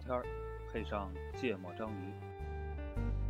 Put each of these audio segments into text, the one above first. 片儿，配上芥末章鱼。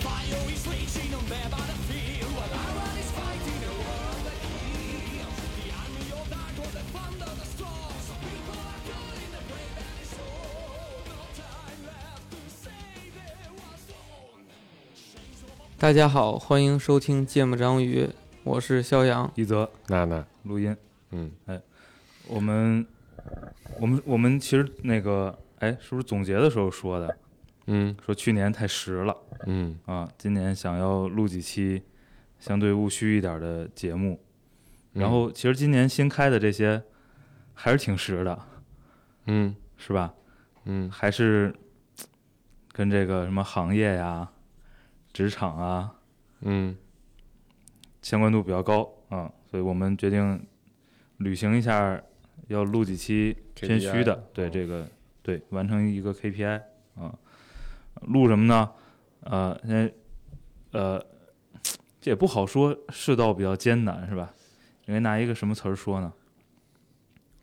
Fire is raging on the battlefield while Iron is fighting the world that heals. The army of dark or the thunder, the storm. So people are calling the brave and the soul. No time left to save it was won. 大家好，欢迎收听《芥末章鱼》，我是肖阳。一则娜娜，录音，哎嗯，我们我们我们其实那个哎，是不是总结的时候说的？嗯说去年太实了嗯，啊，今年想要录几期相对务虚一点的节目。然后其实今年新开的这些还是挺实的，嗯是吧？嗯还是嘖跟这个什么行业呀、职场啊嗯相关度比较高啊，所以我们决定履行一下，要录几期谦虚的 KPI，对嗯这个对完成一个 KPI 啊，录什么呢？呃，现在呃，这也不好说，世道比较艰难是吧？应该拿一个什么词儿说呢？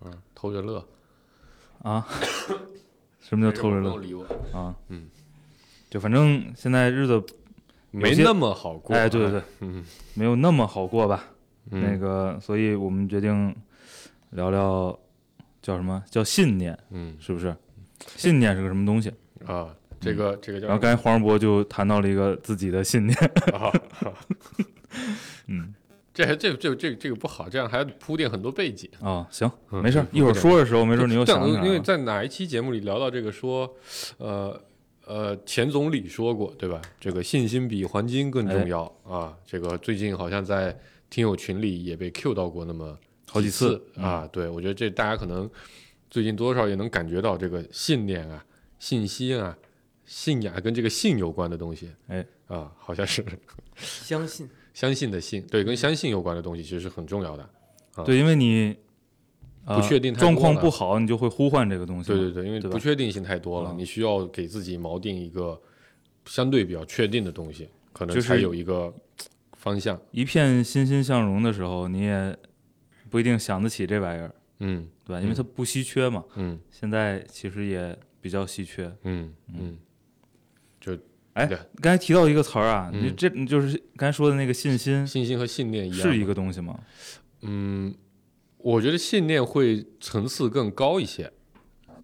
嗯，偷着乐，啊，什么叫偷着不用乐理我，啊？嗯，就反正现在日子没那么好过。哎，对对对，，嗯没有那么好过吧？嗯那个，所以我们决定聊聊叫什么叫信念，嗯是不是？信念是个什么东西？啊，这个这个叫然后刚才黄世博就谈到了一个自己的信 念，啊， 嗯这还这这这这个不好，这样还要铺垫很多背景。啊，行，嗯没事儿，对一会儿说的时候，没准你又这样想起来因为了。在哪一期节目里聊到这个说，呃呃，钱总理说过，对吧？这个信心比黄金更哎重要、啊。这个最近好像在听友群里也被 Q 到过那么好几几次嗯啊。对，我觉得这大家可能最近多多少少也能感觉到这个信念啊、信心啊、信仰跟这个信有关的东西。哎啊，好像是 相信相信的信，对，跟相信有关的东西其实是很重要的。对，因为你呃不确定太多状了况不好，你就会呼唤这个东西嘛。对对对，因为对吧不确定性太多了，嗯你需要给自己锚定一个相对比较确定的东西，可能就是才有一个方向。一片欣欣向荣的时候，你也不一定想得起这玩意儿，嗯对吧？因为它不稀缺嘛，嗯现在其实也比较稀缺。嗯嗯，哎对，刚才提到一个词儿啊，嗯你这你就是刚才说的那个信心信心和信念一样，是一个东西吗？嗯，我觉得信念会层次更高一些，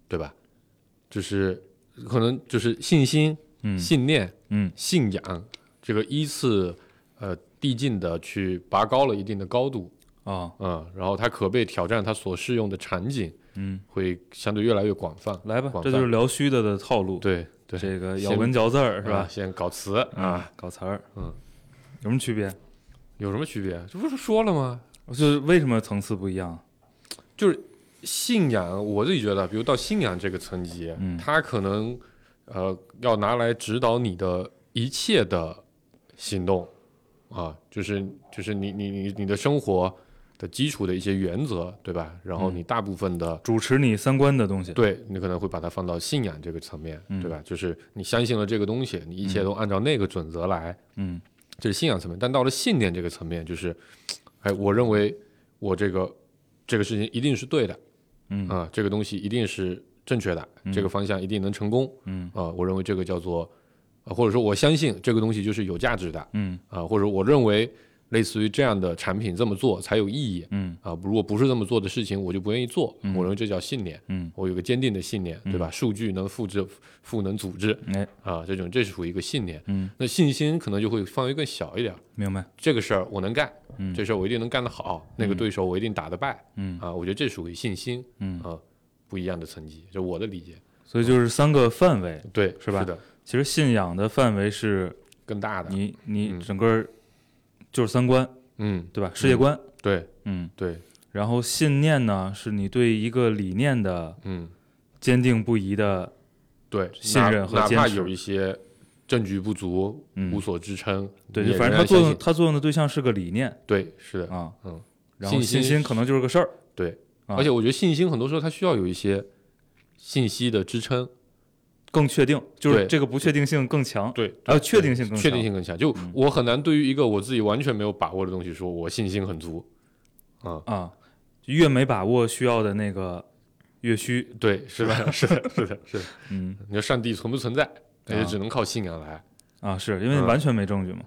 对吧？就是可能就是信心、嗯信念、嗯信仰这个依次呃递进的去拔高了一定的高度，哦，嗯，然后它可被挑战，它所适用的场景，嗯，会相对越来越广泛。来吧，广这泛就是聊虚的的套路。，对对，这个先咬文嚼字儿是啊吧？先搞词啊，啊，搞词儿，嗯，有什么区别？有什么区别？啊这不是说了吗？就是为什么层次不一样？就是信仰，我自己觉得，比如到信仰这个层级，嗯它可能呃要拿来指导你的一切的行动啊，就是就是你你你你的生活的基础的一些原则，对吧？然后你大部分的主持你三观的东西。嗯对你可能会把它放到信仰这个层面，对吧？就是你相信了这个东西，你一切都按照那个准则来，嗯这是信仰层面。但到了信念这个层面，就是，哎，我认为我这个这个事情一定是对的，嗯啊，这个东西一定是正确的，这个方向一定能成功，嗯啊，我认为这个叫做，啊或者说我相信这个东西就是有价值的，嗯啊，或者我认为类似于这样的产品这么做才有意义，嗯啊，如果不是这么做的事情，我就不愿意做。我认为这叫信念，嗯我有个坚定的信念，对吧？数据能复制，赋能组织哎，啊，这种这是属于一个信念。嗯，那信心可能就会范围更小一点儿。明白。这个事儿我能干，嗯这事儿我一定能干得好，那个对手我一定打得败，嗯啊，我觉得这属于信心，嗯啊，不一样的层级，就我的理解。所以就是三个范围。对，是吧的，其实信仰的范围是更大的。你你嗯整个就是三观，嗯，对吧？世界观，对嗯。对，然后信念呢，是你对一个理念的嗯坚定不移的，对，信哪任和哪坚怕持有一些证据不足、嗯无所支撑，对，你就也反正它仍然作相用信它作用的对象是个理念对，是的，啊，嗯，然后信信心心可能就是个事儿，对。啊而且我觉得信心很多时候它需要有一些信息的支撑，更确定，就是对这个不确定性更强，对，还有确定性更确强定性更强。嗯就我很难对于一个我自己完全没有把握的东西，说我信心很足。啊，越没把握需要的那个越虚，对，是的， 是的，是的，是的。嗯你说上帝存不存在，那啊就只能靠信仰来。啊，是因为嗯完全没证据嘛，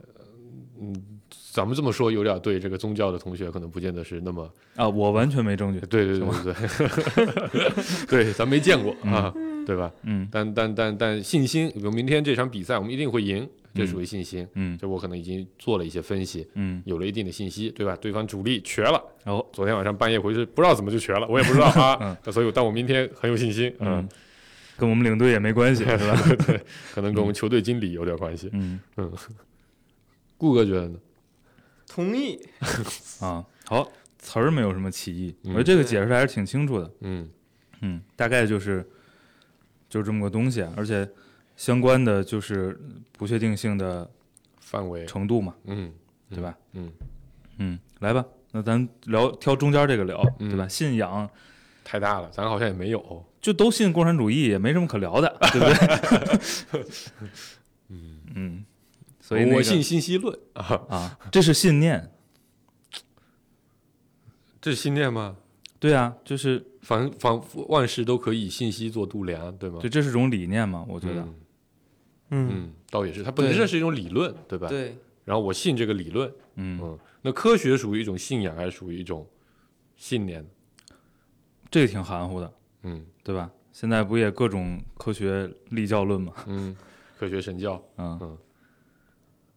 咱们这么说有点对这个宗教的同学可能不见得是那么啊，我完全没证据，对对对对对， 对，咱没见过啊，对吧？嗯但但但但信心，比如明天这场比赛我们一定会赢，这属于信心。嗯就我可能已经做了一些分析，嗯，有了一定的信息，对吧？对方主力瘸了，然后昨天晚上半夜回去不知道怎么就瘸了，我也不知 道啊。所以，但我明天很有信心，嗯嗯，，跟我们领队也没关系，是吧？ 可能跟我们球队经理有点关系。嗯顾哥觉得呢？同意。啊，好，词儿没有什么歧义，我嗯觉得这个解释的还是挺清楚的，嗯嗯，大概就是就是这么个东西，啊而且相关的就是不确定性的范围，程度嘛，嗯，对吧？嗯，嗯，来吧，那咱聊挑中间这个聊，嗯对吧？信仰太大了，咱好像也没有。就都信共产主义，也没什么可聊的， 对不对？嗯嗯，所以、那个、我信信息论 啊，啊，这是信念，这是信念吗？对啊，就是凡凡万事都可以以信息做度量，对吗？对，这是种理念嘛，我觉得，嗯嗯，嗯，倒也是，它本对身是一种理论，对吧？。对，然后我信这个理论，嗯嗯，那科学属于一种信仰，还是属于一种信念？这个挺含糊的，嗯对吧？现在不也各种科学立教论嘛，嗯，科学神教，嗯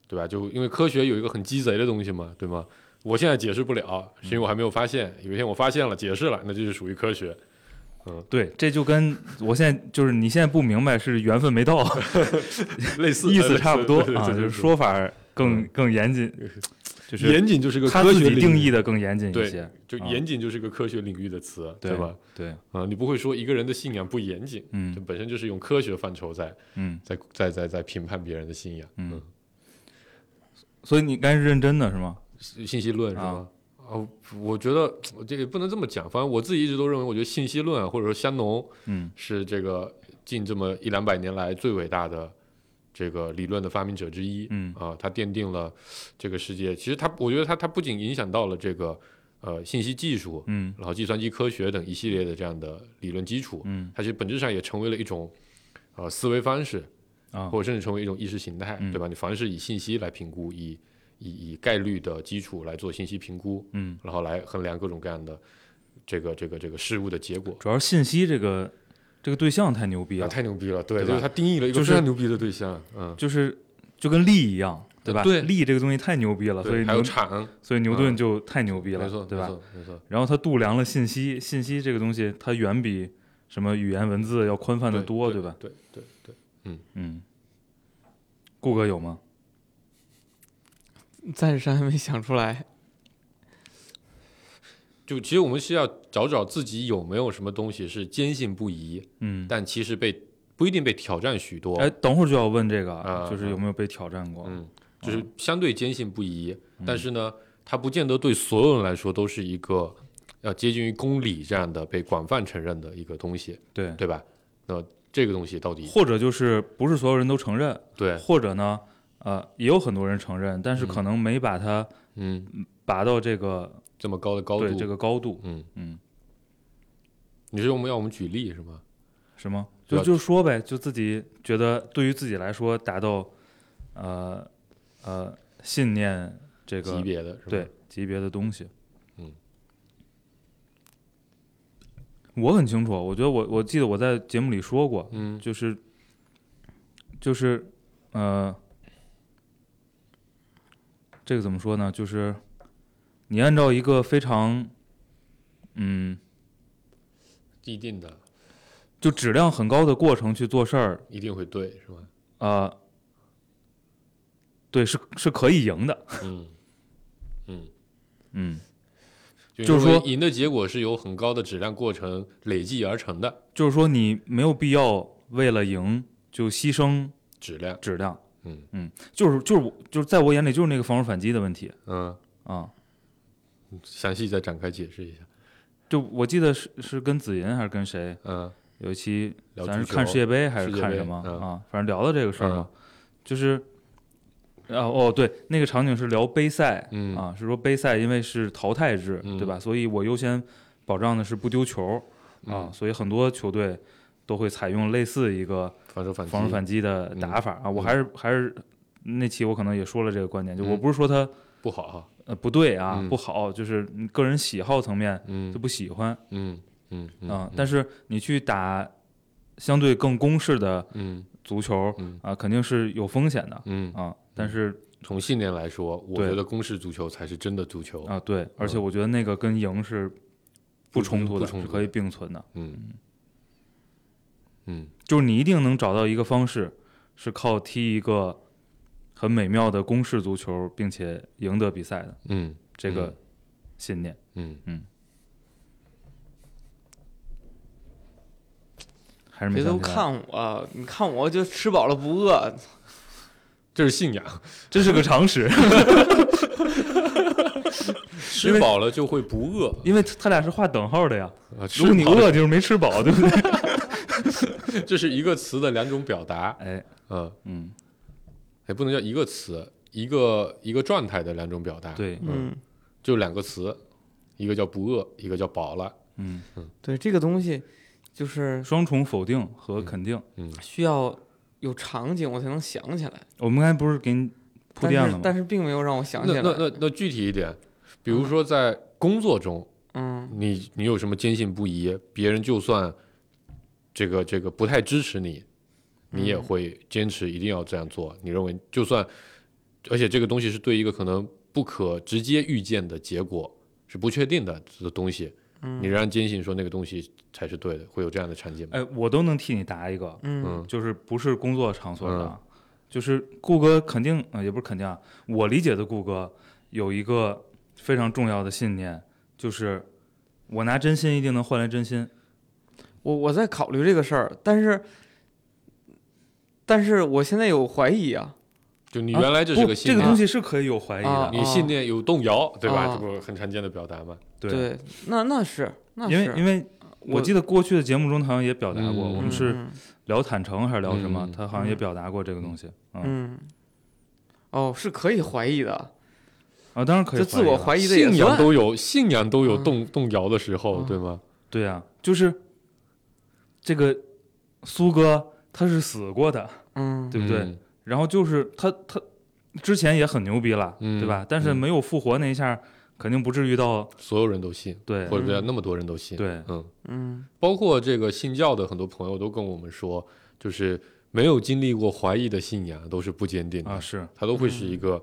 对吧？就因为科学有一个很鸡贼的东西嘛，对吗？我现在解释不了，是因为我还没有发现。有一天我发现了，解释了，那就是属于科学。对，这就跟我现在就是你现在不明白是缘分没 到，类似意思差不多对对啊，对就对是嗯说法更更严谨，就是严谨就是个他科自学己定义的，的更严谨一些对，，就啊严谨就是个科学领域的词，对吧？？对，啊，你不会说一个人的信仰不严谨，这嗯本身就是用科学范畴在嗯，在在在在评判别人的信仰。嗯所以你该是认真的是吗？信息论是吗？啊哦，我觉得呃这个不能这么讲。反正我自己一直都认为，我觉得信息论啊，或者说香农嗯是这个近这么一两百年来最伟大的这个理论的发明者之一。嗯啊，他奠定了这个世界。其实他，我觉得他他不仅影响到了这个呃信息技术，嗯然后计算机科学等一系列的这样的理论基础，嗯它其实本质上也成为了一种呃思维方式，啊或者甚至成为一种意识形态，嗯对吧？你凡是以信息来评估，以以以概率的基础来做信息评估，嗯，然后来衡量各种各样的这个这个这个事物的结果。主要是信息这个这个对象太牛逼啊，了，太牛逼了！对，对吧就是他定义了一就个是非常牛逼的对象，嗯，就是就跟力一样，对吧？对力这个东西太牛逼了，所对以还有牛场，所以牛顿嗯就太牛逼了，没错，对吧？没错，没错，然后他度量了信息，信息这个东西它远比什么语言文字要宽泛的多，对吧？？对对对，嗯，顾哥有吗？暂时还没想出来。就其实我们是要找找自己有没有什么东西是坚信不疑，嗯，但其实被不一定被挑战许多。哎，等会儿就要问这个，啊就是有没有被挑战过？嗯，就是相对坚信不疑，嗯但是呢，它不见得对所有人来说都是一个要接近于公理这样的被广泛承认的一个东西，对，对吧？那这个东西到底或者就是不是所有人都承认，对，或者呢，呃，也有很多人承认，但是可能没把它嗯，拔到这个这么高的高对度，这个高度，嗯，嗯，你是我们要我们举例是吗？是吗？对就吧就说呗，就自己觉得对于自己来说达到，呃呃信念这个级别的是吧？对，级别的东西。嗯，我很清楚，我觉得我我记得我在节目里说过，嗯就是就是呃，这个怎么说呢？就是你按照一个非常嗯既定的就质量很高的过程去做事儿，一定会对，是吧？啊，对，是是可以赢的，嗯嗯，嗯，就是说赢的结果是由很高的质量过程累计而成的就是说你没有必要为了赢就牺牲质量。质量，嗯嗯，就是就是我就是在我眼里就是那个防守反击的问题嗯，啊，详细再展开解释一下。就我记得是是跟子银还是跟谁嗯有一期聊咱是足球看世界杯还是世界看杯什么、嗯啊？反正聊到这个事儿嘛，就是，啊哦对，那个场景是聊杯赛、嗯啊，是说杯赛因为是淘汰制、嗯对吧？所以我优先保障的是不丢球啊，嗯所以很多球队都会采用类似一个防守反击，嗯防守反击的打法、啊。我还是还是那期我可能也说了这个观点，就我嗯不是说他、不好啊。呃不对啊、嗯不好，就是你个人喜好层面嗯就不喜欢啊、嗯嗯嗯但是你去打相对更攻势的。嗯足球嗯啊，肯定是有风险的嗯，啊。但是从信念来说，我对觉得公式足球才是真的足球。啊，对，而且我觉得那个跟赢是不冲突嗯不的，冲是突可以并存的。嗯嗯就是你一定能找到一个方式，是靠踢一个很美妙的攻势足球，并且赢得比赛的嗯这个嗯信念。嗯，还是没别都想起来看我，你看我就吃饱了不饿，这是信仰，这是个常识， 因吃为饱了就会不饿因为他俩是画等号的呀。啊。如吃果你饱饿，了，就是没吃饱，对不对？这是一个词的两种表达。 哎，嗯，嗯，也哎不能叫一个词，一个一个状态的两种表达。，对，嗯，就两个词，一个叫不饿，一个叫饱了。嗯，对这个东西，就是双重否定和肯定。嗯需要有场景我才能想起来，我们刚才不是给你铺垫但了是吗？但是并没有让我想起来。那那那那具体一点，比如说在工作中，嗯你你有什么坚信不疑，别人就算这个这个不太支持你，你嗯也会坚持一定要这样做。你认为就算，而且这个东西是对一个可能不可直接预见的结果是不确定的的东西，嗯你仍然坚信说那个东西才是对的，会有这样的产品吗？哎，我都能替你答一个，嗯嗯就是不是工作场所的啊，嗯就是顾哥肯定啊、呃也不是肯定啊，我理解的顾哥有一个非常重要的信念，就是我拿真心一定能换来真心。我我在考虑这个事儿，但是但是我现在有怀疑啊，就你啊原来这是不个信这个东念，西是可以有怀疑的，啊你信念有动摇，对吧？啊这不很常见的表达吗？对，那那是那是，因为因为我记得过去的节目中好像也表达过，嗯嗯我们是嗯聊坦诚还是聊什么，嗯他好像也表达过这个东西。嗯嗯哦是可以怀疑的，啊，当然可以，这自我怀疑的也信仰算都有，信仰都有啊嗯动、动摇的时候，嗯对吗？对啊，就是这个苏哥他是死过的，嗯对不对？嗯？然后就是他他之前也很牛逼了，嗯对吧？但是嗯没有复活那一下，肯定不至于到所有人都信，对或者叫那么多人都信，对嗯，嗯包括这个信教的很多朋友都跟我们说，就是没有经历过怀疑的信仰都是不坚定的，啊，是嗯它都会是一个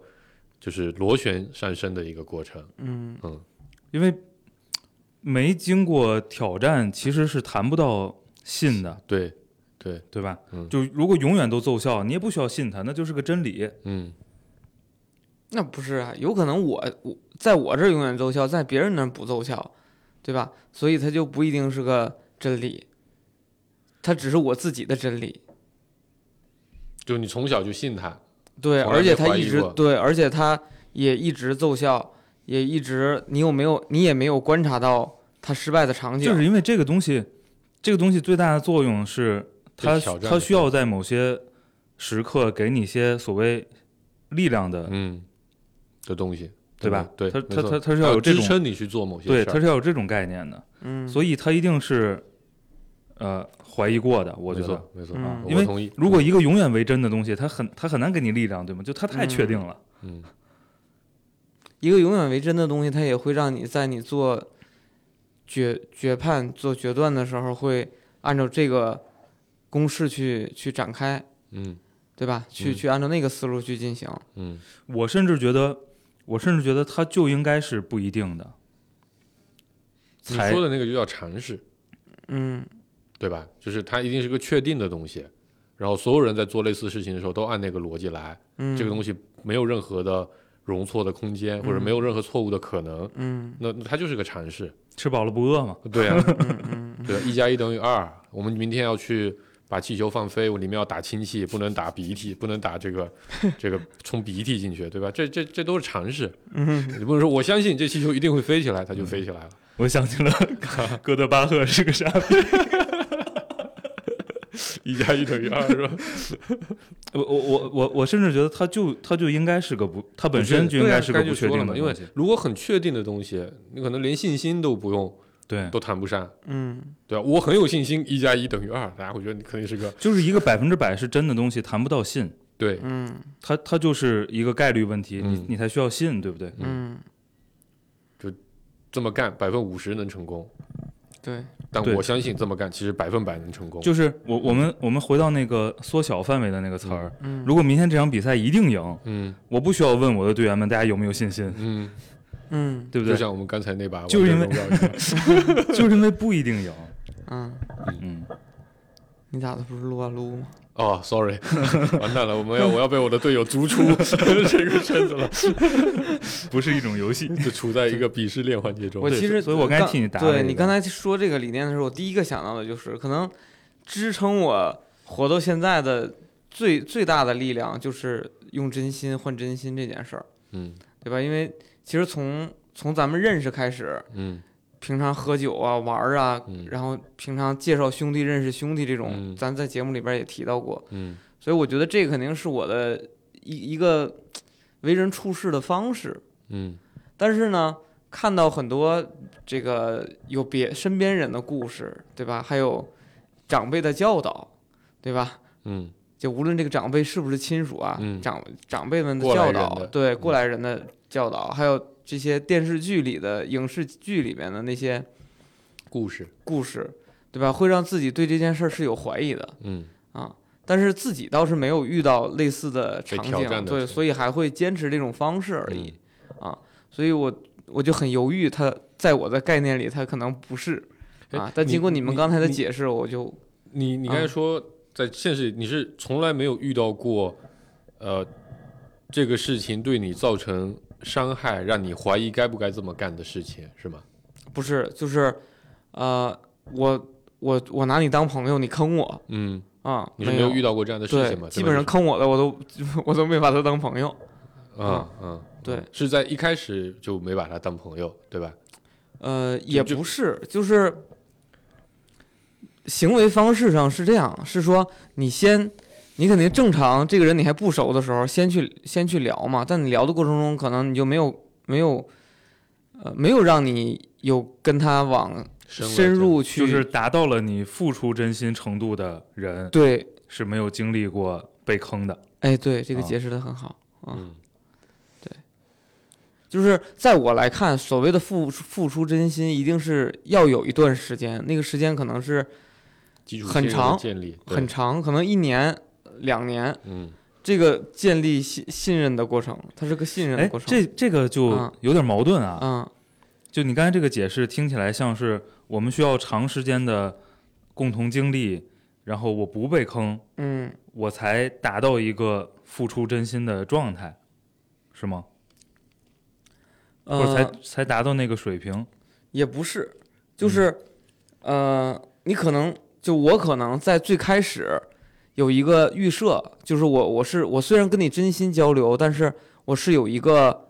就是螺旋上升的一个过程。嗯嗯因为没经过挑战，其实是谈不到信的，对，对，对吧？嗯就如果永远都奏效，你也不需要信它，那就是个真理。嗯那不是啊，有可能我我在我这儿永远奏效，在别人那儿不奏效，对吧？所以它就不一定是个真理，它只是我自己的真理。就你从小就信它，对，从来而且没他怀一疑直过对，而且他也一直奏效，也一直你有没有你也没有观察到他失败的场景，就是因为这个东西，这个东西最大的作用是它被挑战的它需要在某些时刻给你一些所谓力量的，嗯的东西，对吧？对，它没它错它它是要有这支种，撑你去做某些对，事儿它是要有这种概念的。嗯，所以他一定是呃怀疑过的。我没觉得啊错，没错，嗯我因为同意。如果一个永远为真的东西，他很他很难给你力量，对吗？就他太确定了。嗯一个永远为真的东西，它也会让你在你做决决判、做决断的时候，会按照这个公式去去展开，嗯对吧？去、嗯去按照那个思路去进行，嗯，我甚至觉得，我甚至觉得他就应该是不一定的。你才说的那个就叫尝试，嗯，对吧？就是它一定是个确定的东西，然后所有人在做类似事情的时候都按那个逻辑来，嗯，这个东西没有任何的容错的空间，嗯或者没有任何错误的可能，嗯那那它就是个阐释。吃饱了不饿嘛？ 对啊，嗯嗯嗯对啊，一加一等于二。我们明天要去把气球放飞，我里面要打氢气，不能打鼻涕，不能打这 个这个冲鼻涕进去，对吧？这这这都是常识。嗯，你不能说我相信这气球一定会飞起来，它就飞起来了。我想 起了哥德巴赫是个傻逼。一加一等于二是吧？呃我我我我我甚至觉得他就他就应该是个不，他本身就应该是个刚才不啊就确说了定嘛，的因为东西如果很确定的东西，你可能连信心都不用，对，都谈不上，嗯对吧、我很有信心，一加一等于二，大家会觉得你肯定是个就是一个百分之百是真的东西，谈不到信。对，嗯它它就是一个概率问题，你嗯你才需要信，对不对？嗯，这么干百分五十能成功，对，但对我相信这么干其实百分百能成功。就是我我们我们回到那个缩小范围的那个词儿，嗯如果明天这场比赛一定赢，嗯我不需要问我的队员们大家有没有信心，嗯，嗯对不就对？像我们刚才那把就是因为王者荣耀一样就是因为不一定赢，嗯，嗯，你打的不是撸啊撸吗？哦，sorry，完 蛋了，我们要我要被我的队友逐出这个圈子了，不是一种游戏。就处在一个鄙视链环节中。我其实，所以我刚才替你答了对一你个刚才说这个理念的时候，我第一个想到的就是，可能支撑我活到现在的最最大的力量，就是用真心换真心这件事儿，嗯对吧？因为其实从从咱们认识开始，嗯平常喝酒啊、玩儿啊，嗯然后平常介绍兄弟认识兄弟这种，嗯咱在节目里边也提到过，嗯所以我觉得这肯定是我的一一个为人处事的方式。嗯但是呢，看到很多这个有别身边人的故事，对吧？还有长辈的教导，对吧？嗯就无论这个长辈是不是亲属啊，嗯长长辈们的过来教人导，的对嗯过来人的教导，还有这些电视剧里的、影视剧里面的那些故事，故事，对吧？会让自己对这件事儿是有怀疑的嗯啊。但是自己倒是没有遇到类似的场挑战景，的对，是所以还会坚持这种方式而嗯已。哎啊，所以我我就很犹豫，它在我的概念里，它可能不是哎啊。但经过你你们刚才的你解释，我就你你刚才嗯说在现实里你是从来没有遇到过，呃，这个事情对你造成伤害，让你怀疑该不该这么干的事情是吗？不是，就是呃，我我我拿你当朋友，你坑我嗯，啊，你是没有遇到过这样的事对情吗？，基本上坑我的，我都 我都没把他当朋友。啊嗯，对，是在一开始就没把他当朋友，对吧？呃，也就不是，就是行为方式上是这样，是说你先，你肯定正常，这个人你还不熟的时候，先去先去聊嘛。但你聊的过程中，可能你就没有没有，呃，没有让你有跟他往深深入去，就是达到了你付出真心程度的人对，是没有经历过被坑的。哎，对，这个啊解释的很好。啊嗯就是在我来看，所谓的付出付出真心，一定是要有一段时间，那个时间可能是基础很信任的长建立对很长，可能一年、两年，嗯这个建立信信任的过程，它是个信任的哎过，程。这这个就啊有点矛盾啊。啊，就你刚才这个解释，听起来像是我们需要长时间的共同经历，然后我不被坑，嗯，我才达到一个付出真心的状态，是吗？或者才、呃，才达到那个水平？也不是，就是，嗯呃，你可能就我可能在最开始有一个预设，就是我我是我虽然跟你真心交流，但是我是有一个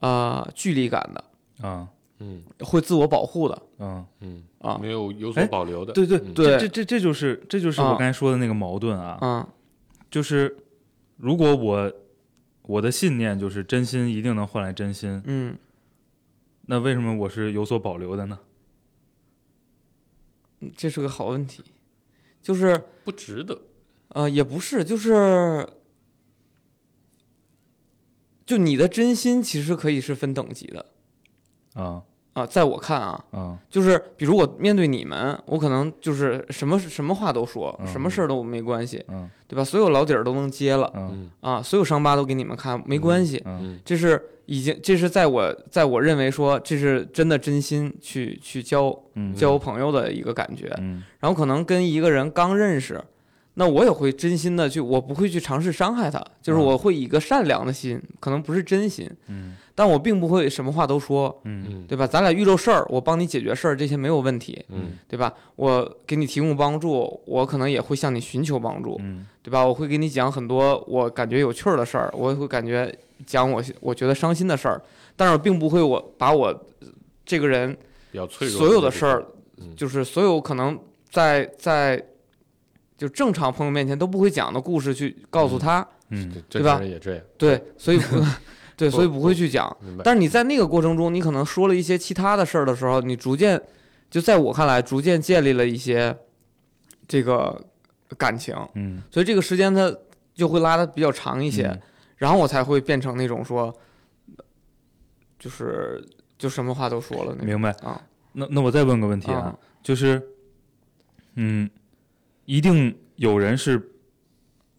呃距离感的，啊，嗯会自我保护的嗯，嗯，啊没有有所哎保留的，对对嗯对这这这就是这就是我啊刚才说的那个矛盾啊，啊，就是如果我我的信念就是真心一定能换来真心，嗯，那为什么我是有所保留的呢？这是个好问题，就是不值得。呃，也不是，就是，就你的真心其实可以是分等级的啊，啊、在我看啊，嗯就是比如我面对你们，我可能就是什么什么话都说，什么事儿都没关系，嗯对吧？所有老底儿都能接了嗯嗯啊，所有伤疤都给你们看，没关系。嗯嗯这是已经，这是在我在我认为说，这是真的真心去去交嗯交朋友的一个感觉。嗯然后可能跟一个人刚认识，那我也会真心的去，我不会去尝试伤害他，就是嗯我会以一个善良的心，可能不是真心，嗯但我并不会什么话都说，嗯嗯对吧？咱俩遇到事儿，我帮你解决事儿，这些没有问题，嗯对吧？我给你提供帮助，我可能也会向你寻求帮助，嗯对吧？我会给你讲很多我感觉有趣儿的事儿，我也会感觉讲我我觉得伤心的事儿，但是我并不会我把我呃这个人比较脆弱。所有的事儿，嗯就是所有可能在在就正常朋友面前都不会讲的故事去告诉他，嗯对，正吧常人也这样，对，所以 不对，不所以不会去讲。明白？但是你在那个过程中，你可能说了一些其他的事儿的时候，你逐渐就在我看来，逐渐建立了一些这个感情，嗯所以这个时间它就会拉的比较长一些，嗯然后我才会变成那种说，就是就什么话都说了那种明白。啊那那我再问个问题啊，啊，就是，嗯，一定有人是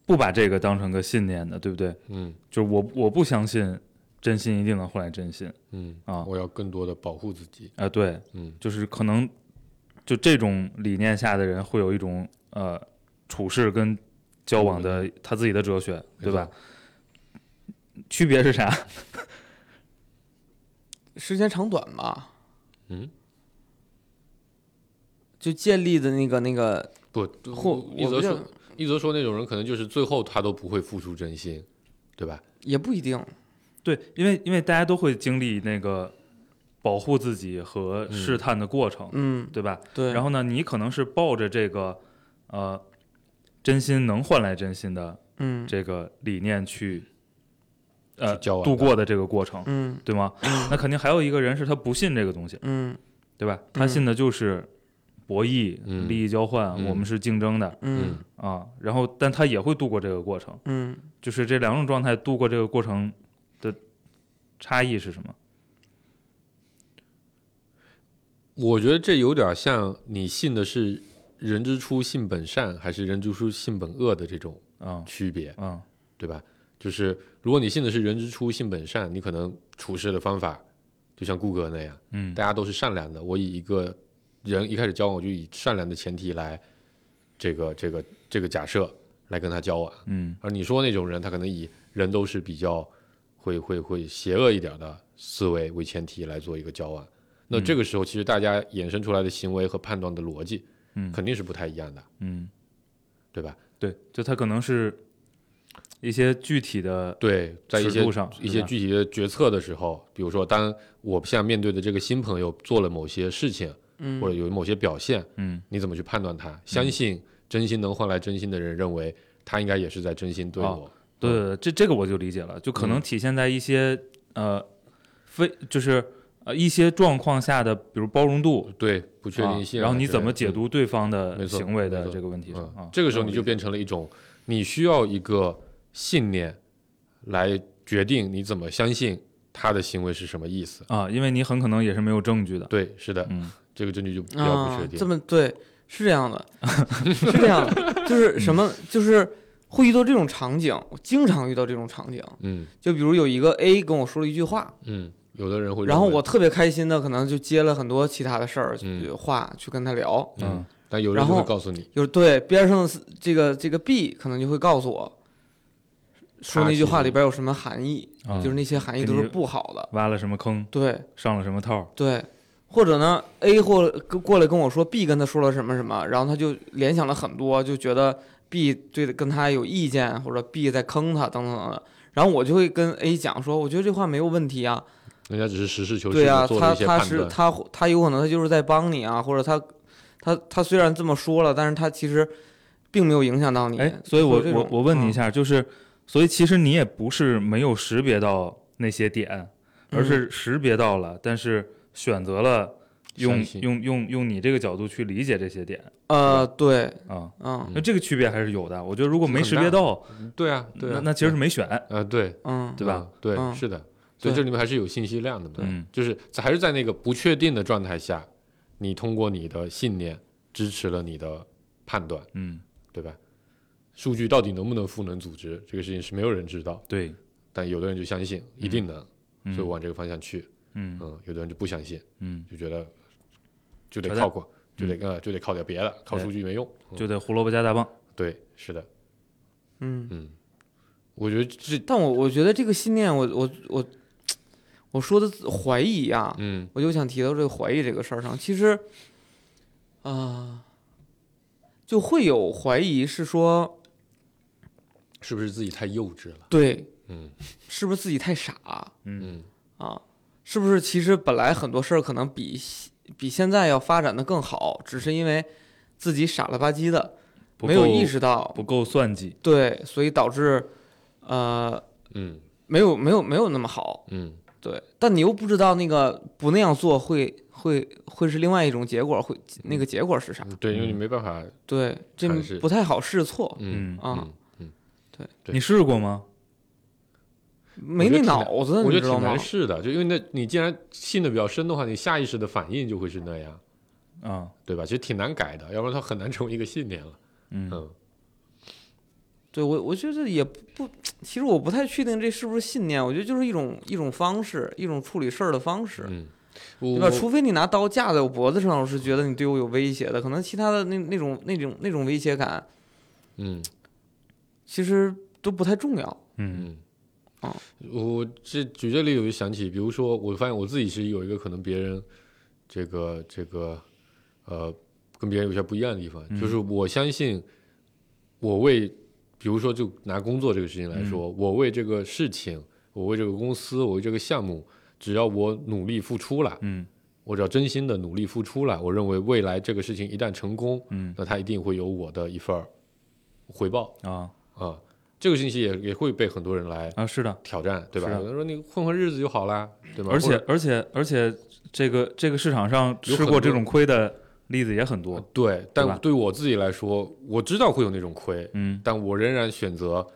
不把这个当成个信念的，对不对？嗯就是我我不相信真心一定能换来真心嗯啊我要更多的保护自己。啊、对，嗯就是可能就这种理念下的人会有一种呃处事跟交往的他自己的哲学，对吧？区别是啥？时间长短吧，嗯，就建立的那个那个不，或嗯一我泽不叫说，一泽说那种人可能就是最后他都不会付出真心，对吧？也不一定，对，因为因为大家都会经历那个保护自己和试探的过程，嗯，对吧？对，然后呢，你可能是抱着这个呃真心能换来真心的嗯这个理念去呃去交往的度过的这个过程，嗯对吗？那肯定还有一个人是他不信这个东西，嗯对吧？他嗯信的就是博弈、嗯利益交换，嗯我们是竞争的嗯啊。然后，但他也会度过这个过程，嗯，就是这两种状态度过这个过程的差异是什么？我觉得这有点像你信的是“人之初，性本善”还是“人之初，性本恶”的这种啊区别，啊对吧？就是如果你信的是“人之初，性本善”，你可能处事的方法就像顾哥那样，嗯大家都是善良的。我以一个人一开始交往，我就以善良的前提来这个这个这个假设来跟他交往。嗯而你说那种人，他可能以人都是比较会会会邪恶一点的思维为前提来做一个交往。那这个时候，其实大家衍生出来的行为和判断的逻辑，嗯肯定是不太一样的，嗯，对吧？对，就他可能是一些具体的对，在一尺些度上一是些吧具体的决策的时候，比如说，当我现在面对的这个新朋友做了某些事情，嗯或者有某些表现，嗯你怎么去判断他？相信真心能换来真心的人，认为他应该也是在真心对哦我。对对，对这这个我就理解了，就可能嗯体现在一些、呃非就是呃一些状况下的，比如包容度、对，不确定性啊，啊、然后你之怎类么的解嗯读对方没的错行为没的错这个问题上嗯啊？这个时候你就变变成了一种，你需要一个信念来决定你怎么相信他的行为是什么意思。啊，因为你很可能也是没有证据的，对，是的，嗯这个证据就比较不啊确，定。这么对，是这样的，是这样的，就是 什么，就是会遇到这种场景，我经常遇到这种场景，嗯就比如有一个 A 跟我说了一句话，嗯，有的人会认为，然后我特别开心的，可能就接了很多其他的事儿、嗯话去跟他聊，嗯嗯，但有人就然会后告诉你，有对边上的是这个这个 B 可能就会告诉我，说他那其句话里实边有什么含义，嗯啊就是那些含义给都是你不好的，挖了什么坑，对上了什么套，对。或者呢，A 或跟过来跟我说 B 跟他说了什么什么，然后他就联想了很多，就觉得 B 对跟他有意见，或者 B 在坑他等等等等。然后我就会跟 A 讲说，我觉得这话没有问题啊，人家只是实事求是对的啊，做他了一些他判是断。他他有可能他就是在帮你啊，或者他他他虽然这么说了，但是他其实并没有影响到你。哎，所以会我有这我种我问你一，下，就是所以其实你也不是没有识别到那些点，而是识别到了，但是选择了。用相信用用用你这个角度去理解这些点嗯、呃，对，啊，嗯那这个区别还是有的。我觉得如果没识别很大到，对啊，对那啊，那其实是没选，呃，对嗯，对吧嗯？对，嗯是的。所对以这里面还是有信息量的嘛。嗯就是在还是在那个不确定的状态下，你通过你的信念支持了你的判断，嗯，对吧？数据到底能不能赋能组织，这个事情是没有人知道，对，但有的人就相信一定能，嗯所以往这个方向去。嗯嗯，有的人就不相信，嗯，就觉得就得扯淡靠过，就得呃就得靠点别的，靠数据没用。嗯就得胡萝卜加大棒。对，是的，嗯，嗯，我觉得这，但我我觉得这个信念，我我我我说的怀疑啊，嗯我就想提到这个怀疑这个事儿上，其实，啊、就会有怀疑，是说是不是自己太幼稚了？对，嗯是不是自己太傻嗯啊？是不是其实本来很多事儿可能比现比现在要发展的更好，只是因为自己傻了吧唧的，不没有够意识到，不够算计，对，所以导致，呃，嗯没有没有没有那么好，嗯，对，但你又不知道那个不那样做会会会是另外一种结果，会那个结果是啥？对，因为你没办法，对，这嗯还是不太好试错，嗯嗯啊嗯，对你试过吗？没嗯那我觉得挺难脑子，我你觉知得道挺吗难？试的，就因为那你既然信的比较深的话，你下意识的反应就会是那样，啊，对吧？其实挺难改的，要不然它很难成为一个信念了。嗯嗯对我，我觉得也不，其实我不太确定这是不是信念，我觉得就是一种一种方式，一种处理事儿的方式，嗯，对吧？我除非你拿刀架在我脖子上，我是觉得你对我有威胁的，可能其他的那那种那种那种威胁感，嗯其实都不太重要。嗯嗯哦，我这举这例我就想起，比如说，我发现我自己是有一个可能别人这个这个呃跟别人有些不一样的地方，就是我相信我为，比如说就拿工作这个事情来说，我为这个事情，我为这个公司，我为这个项目，只要我努力付出了，嗯我只要真心的努力付出了，我认为未来这个事情一旦成功，嗯那它一定会有我的一份儿回报啊啊。这个信息也也会被很多人来啊，是的，挑战，对吧？是啊有人说你混混日子就好啦，对吧？而且或者而且而且，这个这个市场上吃有很多呃过这种亏的例子也很多。对，对吧但对我自己来说，我知道会有那种亏，嗯但我仍然选择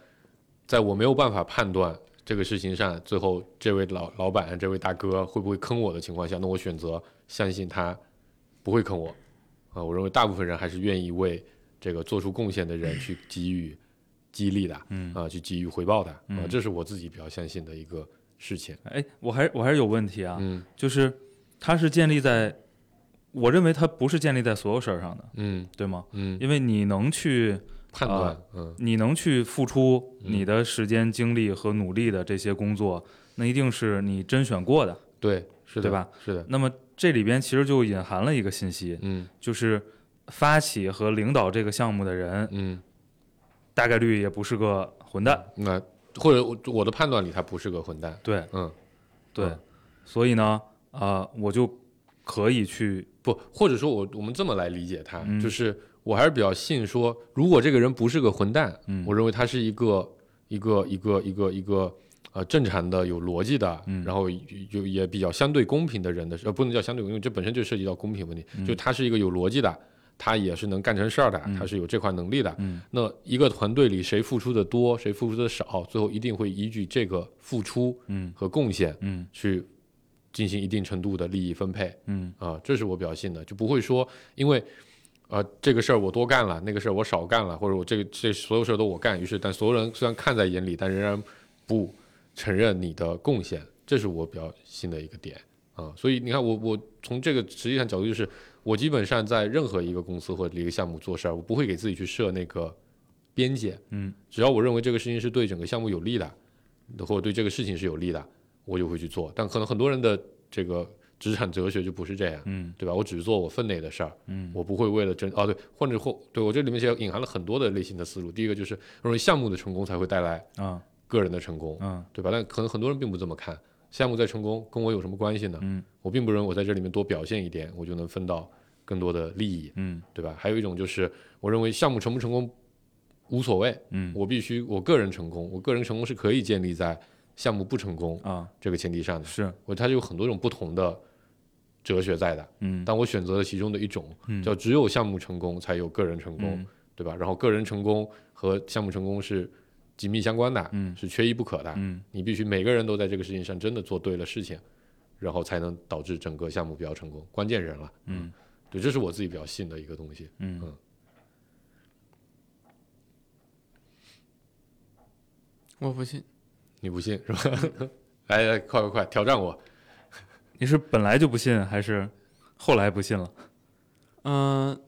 在我没有办法判断这个事情上，最后这位老老板、这位大哥会不会坑我的情况下，那我选择相信他不会坑我。啊，我认为大部分人还是愿意为这个做出贡献的人去给予激励的，嗯啊，去给予回报的，啊嗯，这是我自己比较相信的一个事情。哎，我还我还是有问题啊，嗯就是它是建立在，我认为它不是建立在所有事儿上的，嗯对吗？嗯，因为你能去判啊断，嗯你能去付出嗯你的时间、精力和努力的这些工作，那一定是你甄选过的。对，是的，嗯对吧？是的，那么这里边其实就隐含了一个信息，嗯就是发起和领导这个项目的人，嗯，大概率也不是个混蛋。那或者我我的判断里他不是个混蛋，对嗯，对，嗯所以呢，啊，我就可以去，不，或者说我我们这么来理解他，嗯就是我还是比较信说，如果这个人不是个混蛋，嗯我认为他是一个一个一个一个一个呃正常的有逻辑的，嗯然后有也比较相对公平的人的时候，呃不能叫相对公平，因为这本身就涉及到公平问题，嗯就他是一个有逻辑的。他也是能干成事儿的，他是有这块能力的。嗯那一个团队里谁付出的多，谁付出的少，最后一定会依据这个付出嗯和贡献嗯去进行一定程度的利益分配嗯啊、这是我比较信的，就不会说因为呃这个事儿我多干了，那个事儿我少干了，或者我这个这所有事儿都我干，于是但所有人虽然看在眼里，但仍然不承认你的贡献，这是我比较信的一个点啊、所以你看我我从这个实际上角度就是，我基本上在任何一个公司或者一个项目做事儿，我不会给自己去设那个边界，嗯，只要我认为这个事情是对整个项目有利的，或者对这个事情是有利的，我就会去做。但可能很多人的这个职场哲学就不是这样，嗯对吧？我只是做我分内的事儿，嗯我不会为了争哦，对，或者或对我这里面其实隐含了很多的类型的思路。第一个就是认为项目的成功才会带来啊个人的成功，嗯对吧？但可能很多人并不这么看，项目再成功跟我有什么关系呢？嗯我并不认为我在这里面多表现一点，我就能分到更多的利益，嗯对吧？还有一种就是我认为项目成不成功无所谓，嗯我必须我个人成功，我个人成功是可以建立在项目不成功啊这个前提上的。是我它就有很多种不同的哲学在的，嗯但我选择了其中的一种，嗯叫只有项目成功才有个人成功，嗯对吧？然后个人成功和项目成功是紧密相关的，嗯是缺一不可的。嗯你必须每个人都在这个事情上真的做对了事情，然后才能导致整个项目比较成功。关键人了，嗯对，这是我自己比较信的一个东西。嗯嗯，我不信，你不信是吧？ 来来，快快快，挑战我！你是本来就不信，还是后来不信了？嗯、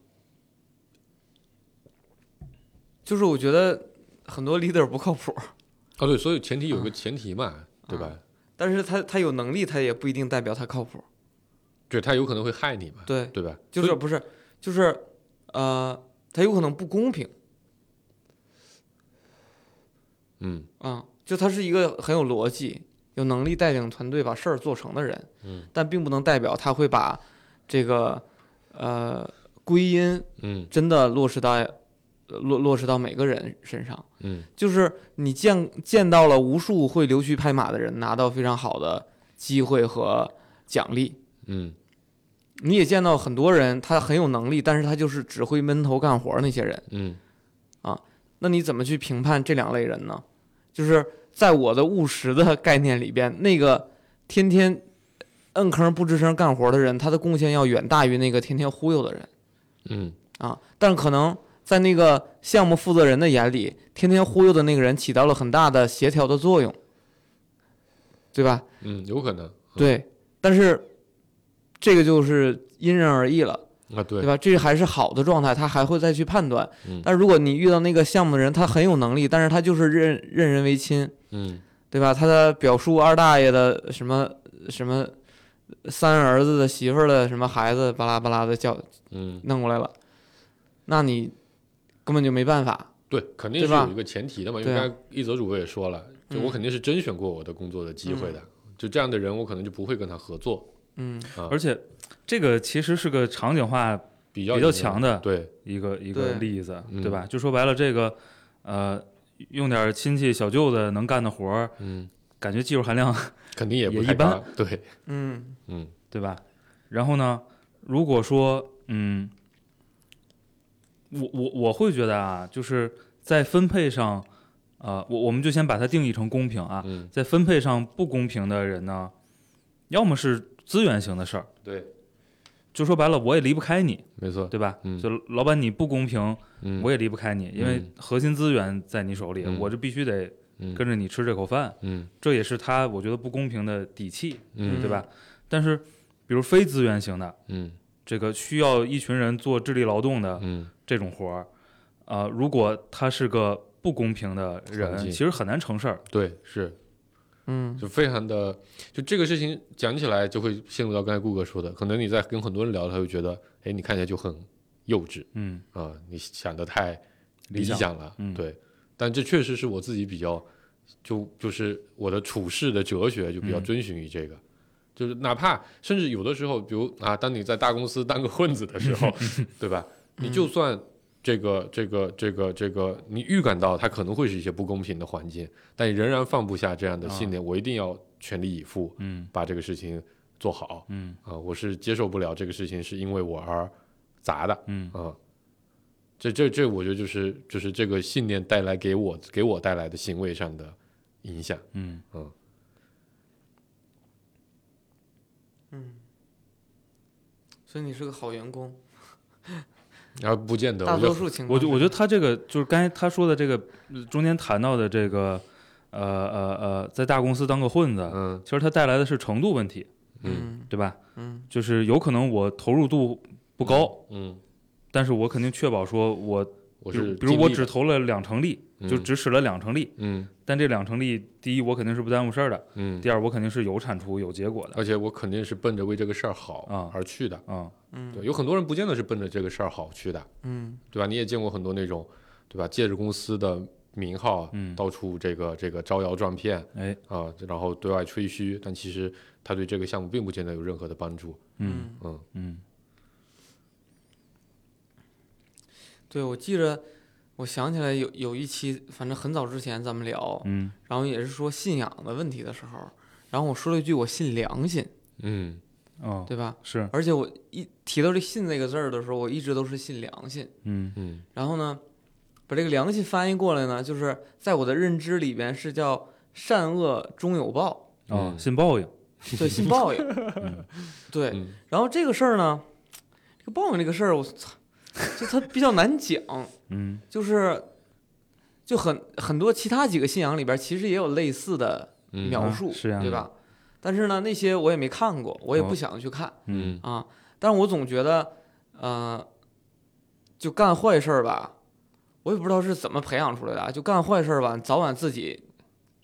就是我觉得很多 leader 不靠谱，哦，对，所以前提啊有个前提嘛，对吧？但是他他有能力，他也不一定代表他靠谱。对他有可能会害你嘛，对，对吧？就是不是就是呃，他有可能不公平嗯啊、就他是一个很有逻辑、有能力带领团队把事儿做成的人，嗯，但并不能代表他会把这个呃归因嗯真的落实到呃落落实到每个人身上。嗯就是你见见到了无数会溜须拍马的人拿到非常好的机会和奖励，嗯你也见到很多人他很有能力，但是他就是只会闷头干活儿那些人。嗯那你怎么去评判这两类人呢？就是在我的务实的概念里边，那个天天摁坑不吱声干活的人，他的贡献要远大于那个天天忽悠的人嗯啊。但是可能在那个项目负责人的眼里，天天忽悠的那个人起到了很大的协调的作用，对吧？嗯，有可能对，但是这个就是因人而异了。啊，对对吧？这还是好的状态，他还会再去判断。嗯但如果你遇到那个项目的人，他很有能力，但是他就是任任人唯亲，嗯对吧？他的表叔、二大爷的什么什么三儿子的媳妇儿的什么孩子，巴拉巴拉的叫嗯，弄过来了，那你根本就没办法。对，肯定对是吧有一个前提的嘛，因为对啊刚才一泽主播也说了，就嗯我肯定是甄选过我的工作的机会的，就这样的人，我可能就不会跟他合作，嗯啊而且这个其实是个场景化比较比较强的对，一个一个对例子，嗯对吧？就说白了，这个呃，用点亲戚小舅子能干的活儿，嗯，感觉技术含量，肯定也不也太一般高，对，嗯嗯对吧？然后呢，如果说嗯，我我我会觉得啊，就是在分配上，呃，我我们就先把它定义成公平啊，嗯，在分配上不公平的人呢，要么是资源型的事儿，对，就说白了，我也离不开你，没错，对吧？嗯就老板你不公平，嗯，我也离不开你，因为嗯核心资源在你手里，嗯我就必须得嗯跟着你吃这口饭，嗯这也是他我觉得不公平的底气，嗯对吧？但是，比如非资源型的，嗯这个需要一群人做智力劳动的嗯这种活儿，呃，如果他是个不公平的人环，境其实很难成事儿。对是，嗯就非常的，就这个事情讲起来就会陷入到刚才顾哥说的，可能你在跟很多人聊，他会觉得，哎，你看起来就很幼稚嗯，啊、你想的太理理想想了，嗯对。但这确实是我自己比较，就就是我的处事的哲学就比较嗯遵循于这个，就是哪怕甚至有的时候，比如啊，当你在大公司当个混子的时 候，对吧？你嗯就算这个这个这个这个，你预感到它可能会是一些不公平的环境，但你仍然放不下这样的信念，我一定要全力以赴，啊嗯把这个事情做好嗯啊、我是接受不了这个事情是因为我而砸的，嗯啊，这这这，我觉得就是就是这个信念带来给我给我带来的行为上的影响。嗯嗯嗯，所以你是个好员工，然后不见得，大我多就数情况我觉我觉是得他这个就是刚才他说的这个呃中间谈到的这个，呃呃呃，在大公司当个混子，嗯其实它带来的是程度问题，嗯对吧？嗯就是有可能我投入度不高，嗯，但是我肯定确保说我，我比如是比如我尽力只的投了两成力，就嗯只使了两成力，嗯但这两成力，第一我肯定是不耽误事儿的，嗯，第二我肯定是有产出有结果的，而且我肯定是奔着为这个事儿好啊而去的。啊、嗯对，有很多人不见得是奔着这个事儿好去的，嗯对吧？你也见过很多那种，对吧？借着公司的名号，嗯到处这个这个招摇撞骗哎，啊、然后对外吹嘘，但其实他对这个项目并不见得有任何的帮助。嗯嗯，嗯嗯对，我记着，我想起来有有一期，反正很早之前咱们聊，嗯然后也是说信仰的问题的时候，然后我说了一句我信良心，嗯哦，对吧？是，而且我一提到这“信”这个字儿的时候，我一直都是信良心。嗯嗯然后呢，把这个良心翻译过来呢，就是在我的认知里边是叫善恶终有报，啊嗯，信报应，对，信报应。对，嗯然后这个事儿呢，这个报应这个事儿，我操，就它比较难讲，嗯就是就很很多其他几个信仰里边其实也有类似的嗯描啊述，是啊对吧？但是呢，那些我也没看过，我也不想去看、嗯嗯啊。但是我总觉得，呃，就干坏事儿吧，我也不知道是怎么培养出来的啊，就干坏事儿吧，早晚自己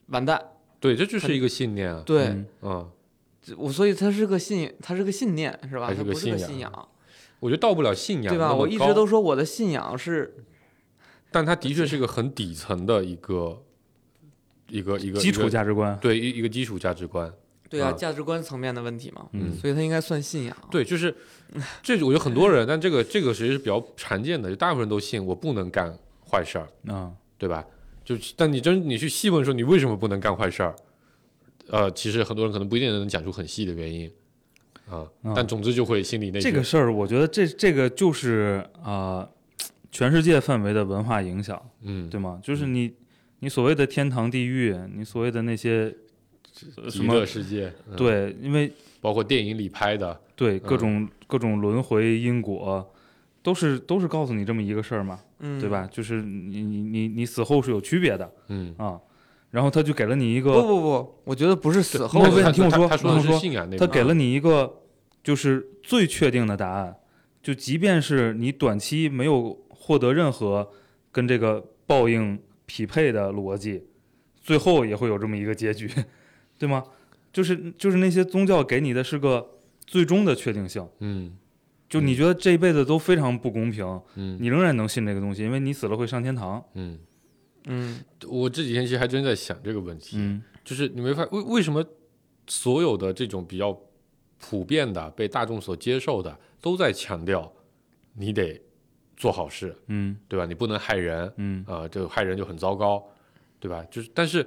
完蛋。对，这就是一个信念啊，对，嗯嗯，这我所以它是个信，它是个信念，是吧？它是它个不是个信仰信仰，我觉得到不了信仰对那么吧？高，我一直都说我的信仰是但它的确是个很底层的一个一个一个基一础个价值观，对一一个基础价值观。对啊，啊价值观层面的问题嘛，嗯所以它应该算信仰。对，就是这，我觉得很多人，但这个这个其实是比较常见的，就大部分人都信我不能干坏事儿，啊，对吧？就但你真你去细问说你为什么不能干坏事儿，呃，其实很多人可能不一定能讲出很细的原因啊、啊但总之就会心里内这疚个事儿，我觉得这这个就是啊、呃全世界范围的文化影响，嗯，对吗？就是你你所谓的天堂、地狱，你所谓的那些呃什极么乐世界，嗯，对，因为包括电影里拍的，对各嗯种、各种轮回因果，都是都是告诉你这么一个事儿嘛，嗯，对？吧？就是你你你你死后是有区别的嗯，啊，然后他就给了你一不个，不不，我觉得不是死后莫他非他你听我他说他说你的听我说是信仰那他个，给了你一个就是最确定的答案，就即便是你短期没有获得任何跟这个报应匹配的逻辑，最后也会有这么一个结局， 对吗？就是就是那些宗教给你的是个最终的确定性，嗯就你觉得这一辈子都非常不公平，嗯你仍然能信这个东西，因为你死了会上天堂。嗯，嗯，我这几天其实还真在想这个问题，嗯就是你没发为为什么所有的这种比较普遍的被大众所接受的，都在强调你得做好事，嗯对吧？你不能害人嗯啊、这个害人就很糟糕，对吧？就是但是，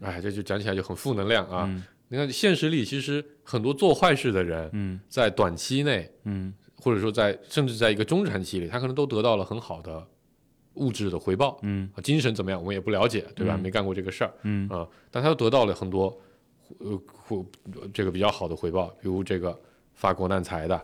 哎，这就讲起来就很负能量啊。嗯你看现实里，其实很多做坏事的人，嗯在短期内嗯或者说在甚至在一个中长期里，他可能都得到了很好的物质的回报。嗯啊精神怎么样，我们也不了解，对吧？没干过这个事儿，嗯啊，但他又得到了很多呃回这个比较好的回报，比如这个发国难财的，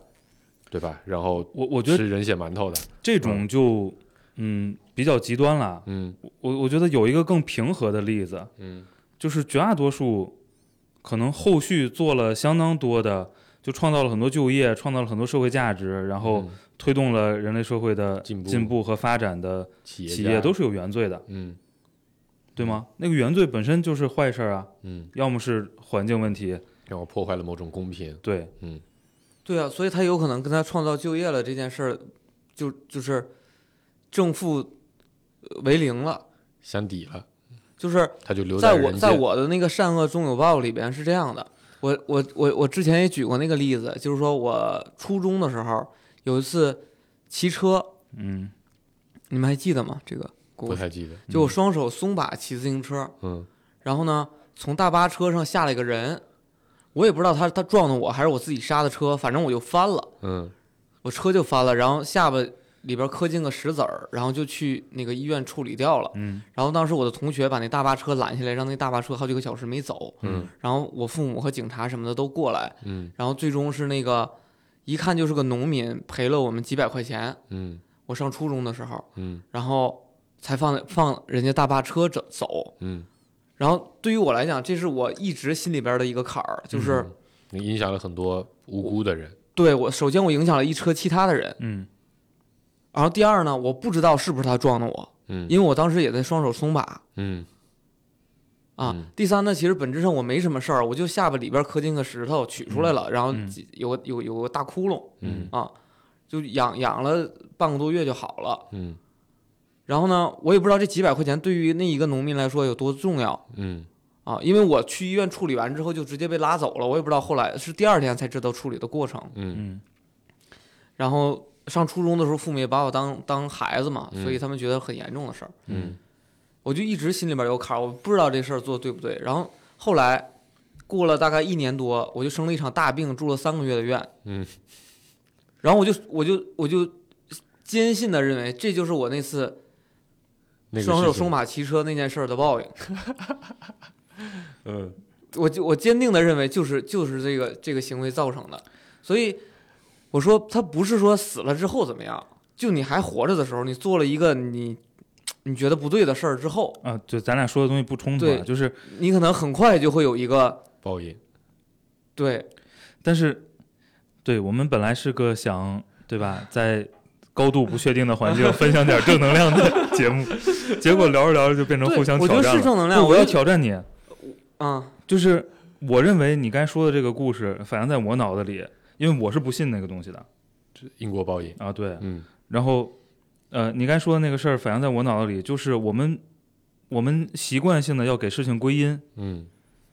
对吧？然后我我觉得吃人血馒头的，这种就嗯比较极端了。嗯我我觉得有一个更平和的例子，嗯就是绝大多数可能后续做了相当多的，就创造了很多就业，创造了很多社会价值，然后嗯推动了人类社会的进步和发展的企业企企业都是有原罪的，嗯对吗？那个原罪本身就是坏事儿啊，嗯，要么是环境问题，然后破坏了某种公平，对，嗯对啊，所以他有可能跟他创造就业了这件事儿，就就是正负呃为零了。相抵了，就是他就留在人我间在我的那个善恶终有报里边是这样的，我我我我之前也举过那个例子，就是说我初中的时候有一次骑车，嗯你们还记得吗？这个故不事，太嗯记得，就我双手松把骑自行车，嗯然后呢，从大巴车上下来个人，我也不知道他他撞的我还是我自己刹的车，反正我就翻了，嗯我车就翻了，然后下巴里边磕进个石子儿，然后就去那个医院处理掉了。嗯然后当时我的同学把那大巴车拦下来，让那大巴车好几个小时没走。嗯然后我父母和警察什么的都过来，嗯然后最终是那个一看就是个农民赔了我们几百块钱。嗯我上初中的时候，嗯然后才放放人家大巴车走走。嗯，然后对于我来讲，这是我一直心里边的一个坎儿，就是、你影响了很多无辜的人，对我首先我影响了一车其他的人，嗯然后第二呢，我不知道是不是他撞的我，嗯因为我当时也在双手松把嗯啊。嗯第三呢，其实本质上我没什么事儿，我就下巴里边磕进个石头取出来了，然后嗯几有个有有个大窟窿嗯啊，就养养了半个多月就好了。嗯然后呢，我也不知道这几百块钱对于那一个农民来说有多重要，嗯啊，因为我去医院处理完之后就直接被拉走了，我也不知道后来是第二天才知道处理的过程。嗯嗯然后上初中的时候，父母也把我当当孩子嘛，嗯所以他们觉得很严重的事儿，嗯我就一直心里边有坎儿，我不知道这事儿做对不对。然后后来过了大概一年多，我就生了一场大病，住了三个月的院。 嗯，然后我就我就我就坚信的认为这就是我那次那个双手事情双马骑车那件事儿的报应。嗯我就我坚定的认为，就是就是这个这个行为造成的。所以我说，他不是说死了之后怎么样，就你还活着的时候，你做了一个你你觉得不对的事儿之后，啊，就咱俩说的东西不冲突啊，对就是你可能很快就会有一个报应，对但是，对我们本来是个想对吧，在高度不确定的环境分享点正能量的节目，结果聊着聊着就变成对互相我觉得挑战是了。正能量，不，我我要就挑战你，啊，就是我认为你刚才说的这个故事反映在我脑子里，因为我是不信那个东西的这因果报应。啊。对，嗯然后，呃，你刚才说的那个事儿反映在我脑子里，就是我们我们习惯性的要给事情归因，嗯，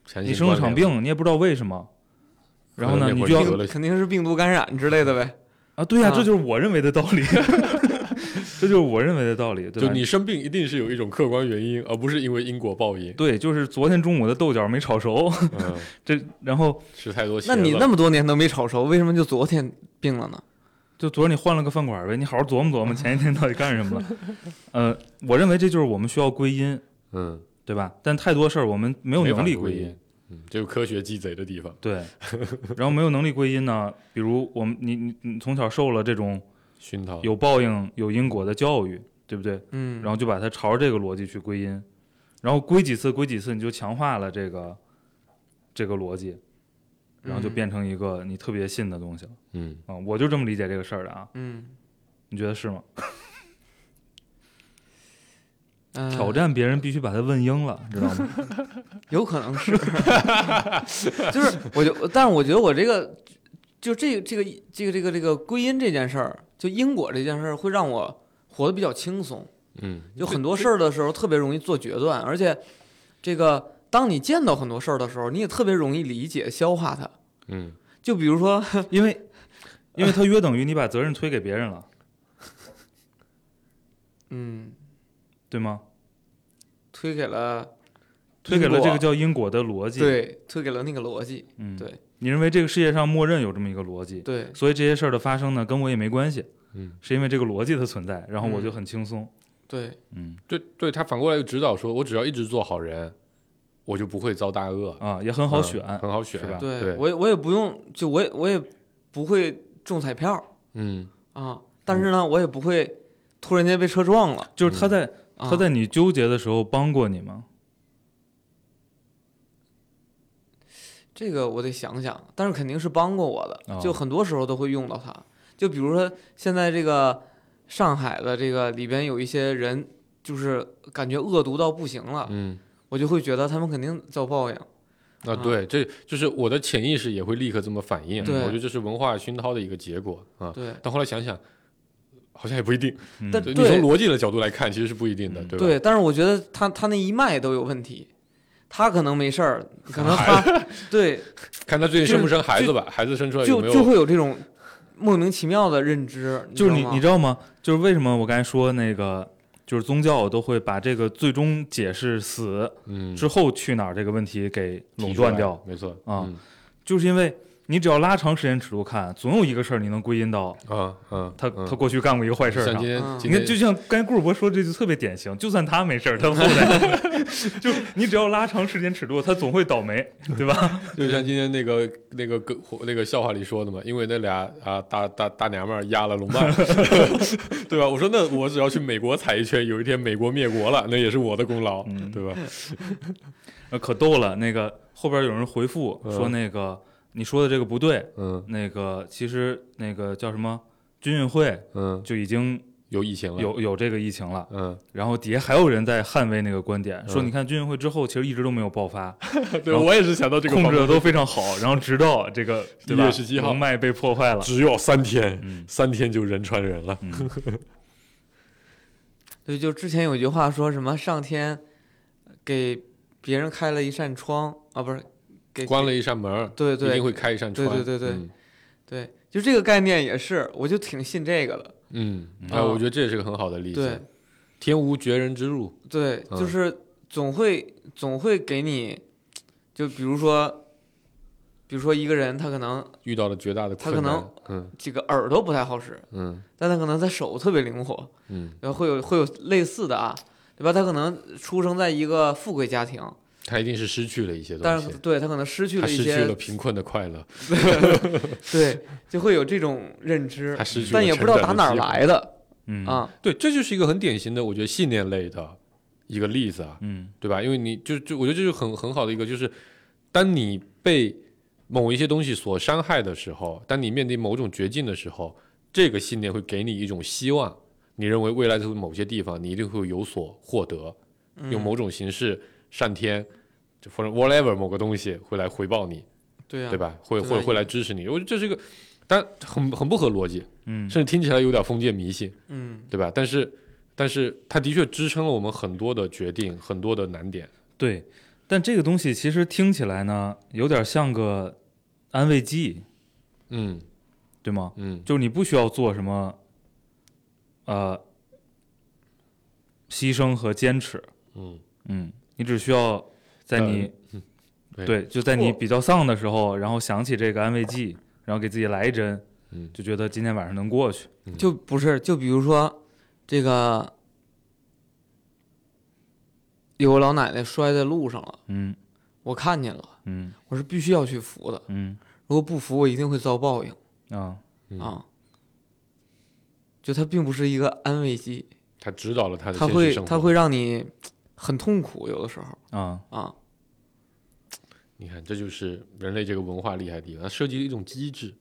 强行你生了关场联，病，你也不知道为什么，然后呢，可能你那会儿就要得了肯定是病毒感染之类的呗。啊，对呀、啊这就是我认为的道 理，这就是我认为的道理，对就吧？你生病一定是有一种客观原因，而不是因为因果报应。对，就是昨天中午的豆角没炒熟， 嗯，这然后吃太多茄那子你了那么多年都没炒熟，为什么就昨天病了呢？就昨儿你换了个饭馆呗，你好好琢 磨琢磨前一天到底干什么了。呃，我认为这就是我们需要归因，嗯，对吧？但太多事儿我们没有没法能力归归因，，嗯，这有科学鸡贼的地方。 对。然后没有能力归因呢，比如我们你你你从小受了这种熏陶有报应有因果的教育，对不对？哦嗯，然后就把它朝着这个逻辑去归因，然后归几次归几次，你就强化了这个这个逻辑，然后就嗯变成一个你特别信的东西了嗯，啊、我就这么理解这个事儿的啊，嗯，你觉得是吗？呃挑战别人必须把他问 晕了，知道吗？有可能是， 就是我就，但是我觉得我这个就这个这个这个这个这个归因这件事儿，就因果这件事儿，会让我活得比较轻松。嗯，就很多事儿的时候特别容易做决断，而且这个当你见到很多事儿的时候，你也特别容易理解消化它。嗯，就比如说，因为因为他约等于你把责任推给别人了，嗯，对吗？推给了推给了因果这个叫因果的逻辑，，对，推给了那个逻辑，嗯，对。你认为这个世界上默认有这么一个逻辑，对，所以这些事儿的发生呢跟我也没关系，嗯，是因为这个逻辑的存在，然后我就嗯很轻松，对，嗯对对，他反过来又指导说，我只要一直做好人，我就不会遭大恶，啊，也很很嗯好选，很好选是吧，对对，我也我也不用，就我也我也不会中彩票嗯，啊，但是呢，我也不会突然间被车撞了。就是他在、啊、他在你纠结的时候帮过你吗？这个我得想想，但是肯定是帮过我的，哦就很多时候都会用到它。就比如说现在这个上海的这个里边有一些人，就是感觉恶毒到不行了，嗯，我就会觉得他们肯定遭报应。啊，啊对，这就是我的潜意识也会立刻这么反应，对我觉得这是文化熏陶的一个结果啊。对但后来想想，好像也不一定。嗯但就你对从逻辑的角度来看，其实是不一定的，嗯对吧？但是我觉得他他那一脉都有问题，他可能没事儿，可能他对看他最近生不生孩子吧，孩子生出来就有没就有？会有这种莫名其妙的认知，就是你你知道吗你知道吗？就是为什么我刚才说那个，就是宗教都会把这个最终解释死嗯，之后去哪儿这个问题给垄断掉，没错啊嗯就是因为你只要拉长时间尺度看，总有一个事儿你能归因到啊啊，他、嗯他过去干过一个坏事儿像上今。天嗯今你看，天就像刚才顾主播说，这就特别典型。就算他没事儿，他后来就你只要拉长时间尺度，他总会倒霉，对吧？就像今天那个那个梗那个笑话里说的嘛，因为那俩啊大大大娘们儿压了龙脉， 对吧？我说那我只要去美国踩一圈，有一天美国灭国了，那也是我的功劳，嗯对 吧？ 呃可逗了。那个后边有人回复说，嗯那个、你说的这个不对，嗯那个其实那个叫什么军运会嗯，就已经有疫情了，有有这个疫情了，嗯，然后底下还有人在捍卫那个观点，说嗯你看军运会之后其实一直都没有爆 发，对然后我也是想到这个控方制的面，都非常好，然后直到这个对吧1月17号龙脉被破坏了，只有三天，嗯三天就人传人了，嗯，对，就之前有句话说什么上天给别人开了一扇窗啊，不是给关了一扇门儿，对一对定会开一扇对窗，对对对嗯对，就这个概念也是，我就挺信这个的。嗯，嗯哎，我觉得这也是个很好的例啊对子，天无绝人之路，对，就嗯是总会总会给你，就比如说，比如说一个人他可能遇到了绝大的他困可难能，嗯这个耳朵不太好使，嗯但他可能他手特别灵活，呃嗯然后会有会有类似的啊。对吧？他可能出生在一个富贵家庭，他一定是失去了一些但东是西，对他可能失去他了一失去些了，贫困的快乐， 对，就会有这种认知他失去，了但也不知道打哪儿成长的来的嗯啊。对，这就是一个很典型的，我觉得信念类的一个例子啊，嗯对吧？因为你就就我觉得这是很很好的一个，就是当你被某一些东西所伤害的时候，当你面对某种绝境的时候，这个信念会给你一种希望，你认为未来的某些地方你一定会有所获得，嗯用某种形式上天，就或者 whatever 某个东西会来回报你，对呀、对吧？会对会啊会来支持你，我觉得这是一个，但很很不合逻辑，嗯甚至听起来有点封建迷信。嗯，对吧？但是，但是它的确支撑了我们很多的决定，很多的难点。对，但这个东西其实听起来呢，有点像个安慰剂，嗯对吗？嗯就是你不需要做什么，呃，牺牲和坚持，嗯，嗯，你只需要在你、呃嗯对对，就在你比较丧的时候，然后想起这个安慰剂，然后给自己来一针，嗯就觉得今天晚上能过去。就不是，就比如说这个有个老奶奶摔在路上了，嗯我看见了，嗯我是必须要去扶的，嗯如果不扶，我一定会遭报应啊，嗯啊。就它并不是一个安慰剂，它指导了他的它现实会生活。它会让你很痛苦，有的时候啊，啊，你看，这就是人类这个文化厉害的地方，它设计了一种机制，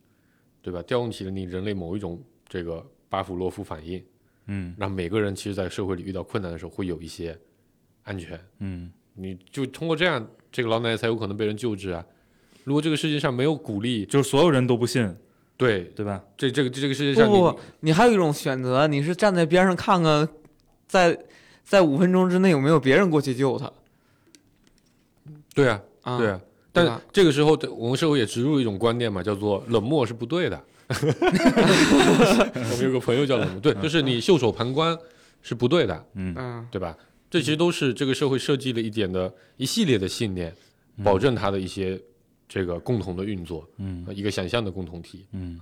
对吧？调用起了你人类某一种这个巴甫洛夫反应，嗯让每个人其实，在社会里遇到困难的时候会有一些安全。嗯你就通过这样，这个老奶奶才有可能被人救治啊。如果这个世界上没有鼓励，就是所有人都不信，对对吧？这这个这个世界不上不你不，你还有一种选择，你是站在边上看看，在在五分钟之内有没有别人过去救他对啊，啊？对啊，对但吧这个时候，我们社会也植入了一种观念嘛，叫做冷漠是不对的。 我们有个朋友叫冷漠，对，就是你袖手旁观是不对的，嗯嗯，对吧？这其实都是这个社会设计了一点的一系列的信念，嗯保证它的一些这个共同的运作，嗯呃一个想象的共同体。嗯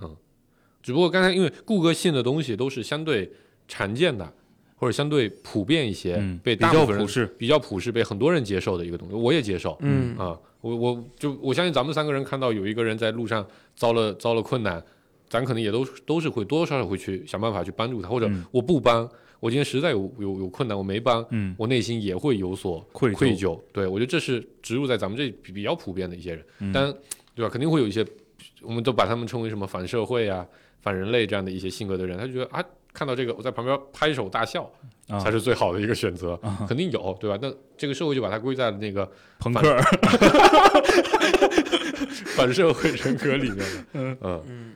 只不过刚才因为顾哥信的东西都是相对常见的，或者相对普遍一些，嗯被比大较部分人普世比较普世，被很多人接受的一个东西，我也接受。嗯啊，我我就我相信咱们三个人看到有一个人在路上遭了遭了困难，咱可能也都都是会多多少少会去想办法去帮助他，或者嗯我不帮，我今天实在有有有困难我没帮，嗯我内心也会有所愧疚愧疚。对我觉得这是植入在咱们这比比较普遍的一些人，嗯但对吧？肯定会有一些，我们都把他们称为什么反社会啊、反人类这样的一些性格的人，他就觉得啊。看到这个，我在旁边拍手大笑啊才是最好的一个选择，肯定有，对吧？那这个社会就把它归在了那 个朋克儿，反社会人格里 面的。嗯嗯，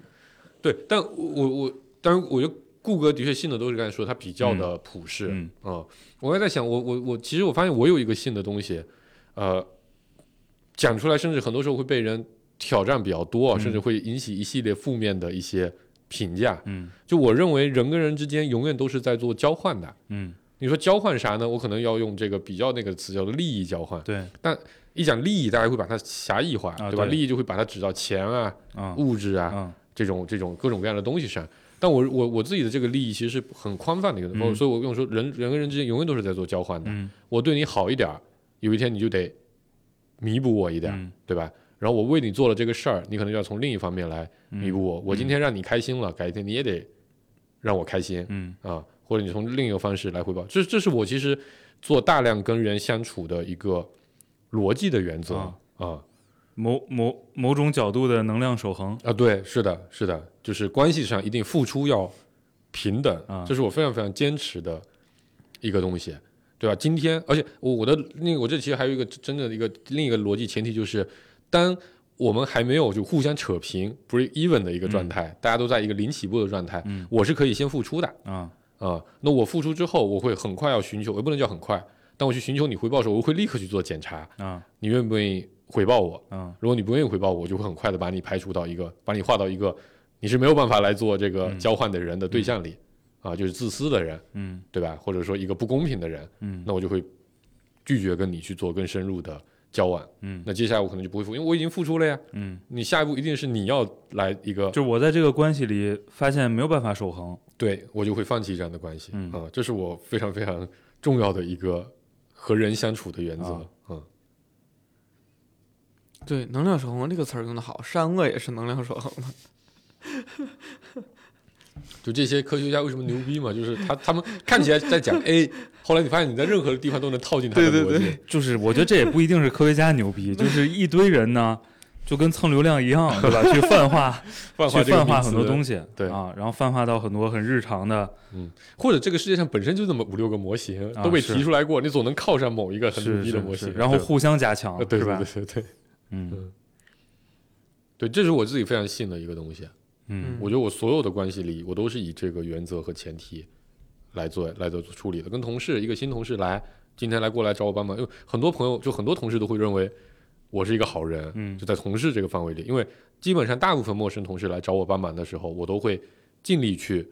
对，但我我我，当然，我觉得顾哥的确信的都是刚才说他比较的普世。嗯啊我还在想，我我我，其实我发现我有一个信的东西，呃，讲出来甚至很多时候会被人挑战比较多，啊甚至会引起一系列负面的一些评价。嗯就我认为人跟人之间永远都是在做交换的。嗯，你说交换啥呢？我可能要用这个比较那个词叫做利益交换。对一讲利益，大家会把它狭义化，啊对吧？对利益就会把它指到钱啊、啊物质啊、啊这种这种各种各样的东西上。但我我我自己的这个利益其实是很宽泛的一个，嗯所以我跟我说，人人跟人之间永远都是在做交换的。嗯我对你好一点儿，有一天你就得弥补我一点儿，嗯对吧？然后我为你做了这个事儿，你可能要从另一方面来弥补嗯我。我今天让你开心了，改天你也得让我开心。嗯啊，或者你从另一个方式来回报。这这是我其实做大量跟人相处的一个逻辑的原则啊啊啊某某某种角度的能量守恒，啊对，是的，是的，就是关系上一定付出要平等，啊这是我非常非常坚持的一个东西，对吧？今天，而且我我的那个我这其实还有一个真的一个另一个逻辑前提就是，当我们还没有就互相扯平 break even 的一个状态，大家都在一个零起步的状态，嗯我是可以先付出的，啊啊、那我付出之后，我会很快要寻求，也不能叫很快，但我去寻求你回报的时候，我会立刻去做检查，啊你愿不愿意回报我？啊如果你不愿意回报我，我就会很快的把你排除到一个，把你划到一个你是没有办法来做这个交换的人的对象里，啊、就是自私的人，嗯对吧？或者说一个不公平的人，嗯那我就会拒绝跟你去做更深入的交往。嗯那接下来我可能就不会付，因为我已经付出了呀。嗯，你下一步一定是你要来一个就是我在这个关系里发现没有办法守恒，对我就会放弃这样的关系。嗯啊，这是我非常非常重要的一个和人相处的原则。啊嗯，对，能量守恒这个词儿用的好，善恶也是能量守恒嘛。就这些科学家为什么牛逼嘛？就是他他们看起来在讲 A，后来你发现你在任何地方都能套进他的逻辑。对对对就是我觉得这也不一定是科学家牛逼，就是一堆人呢，就跟蹭流量一样，对吧？去泛化， 泛化去这个泛化名很词多东西，西，对啊，然后泛化到很多很日常的，或者这个世界上本身就那么五六个模型、啊都被是提出来过，你总能靠上某一个很牛是逼的模是型是，，然后对互相加强呃，对是对吧对？对对嗯对，这是我自己非常信的一个东西。啊嗯我觉得我所有的关系里，我都是以这个原则和前提来做来做处理的。跟同事，一个新同事来，今天来过来找我帮忙，因为很多朋友就很多同事都会认为我是一个好人，嗯就在同事这个范围里，因为基本上大部分陌生同事来找我帮忙的时候，我都会尽力去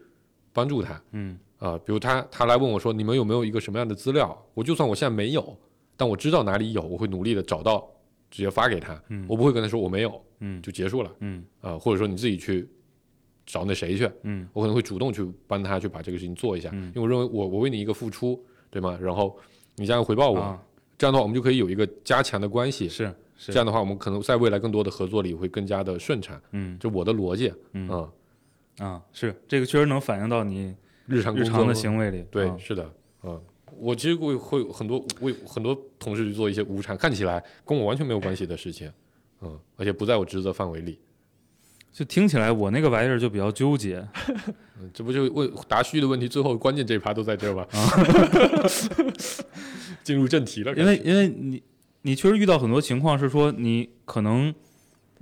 帮助他。嗯啊、比如他他来问我说，你们有没有一个什么样的资料？我就算我现在没有， 但我知道哪里有，我会努力的找到，直接发给他。嗯我不会跟他说我没有，嗯就结束了。嗯啊、或者说你自己去找那谁去，嗯我可能会主动去帮他去把这个事情做一下，嗯因为我认为我我为你一个付出，对吗？然后你这样回报我，啊这样的话我们就可以有一个加强的关系。是是这样的话，我们可能在未来更多的合作里会更加的顺畅。嗯就我的逻辑，嗯啊啊是这个确实能反映到你日常日工作常的中行为里，对，啊是的，嗯，我其实会会有很多为很多同事去做一些无偿，看起来跟我完全没有关系的事情，嗯，而且不在我职责范围里，就听起来我那个玩意儿就比较纠结，嗯，这不就问答虚的问题，最后关键这一趴都在这儿吗？ 进入正题了，啊因为因为你你确实遇到很多情况是说你可能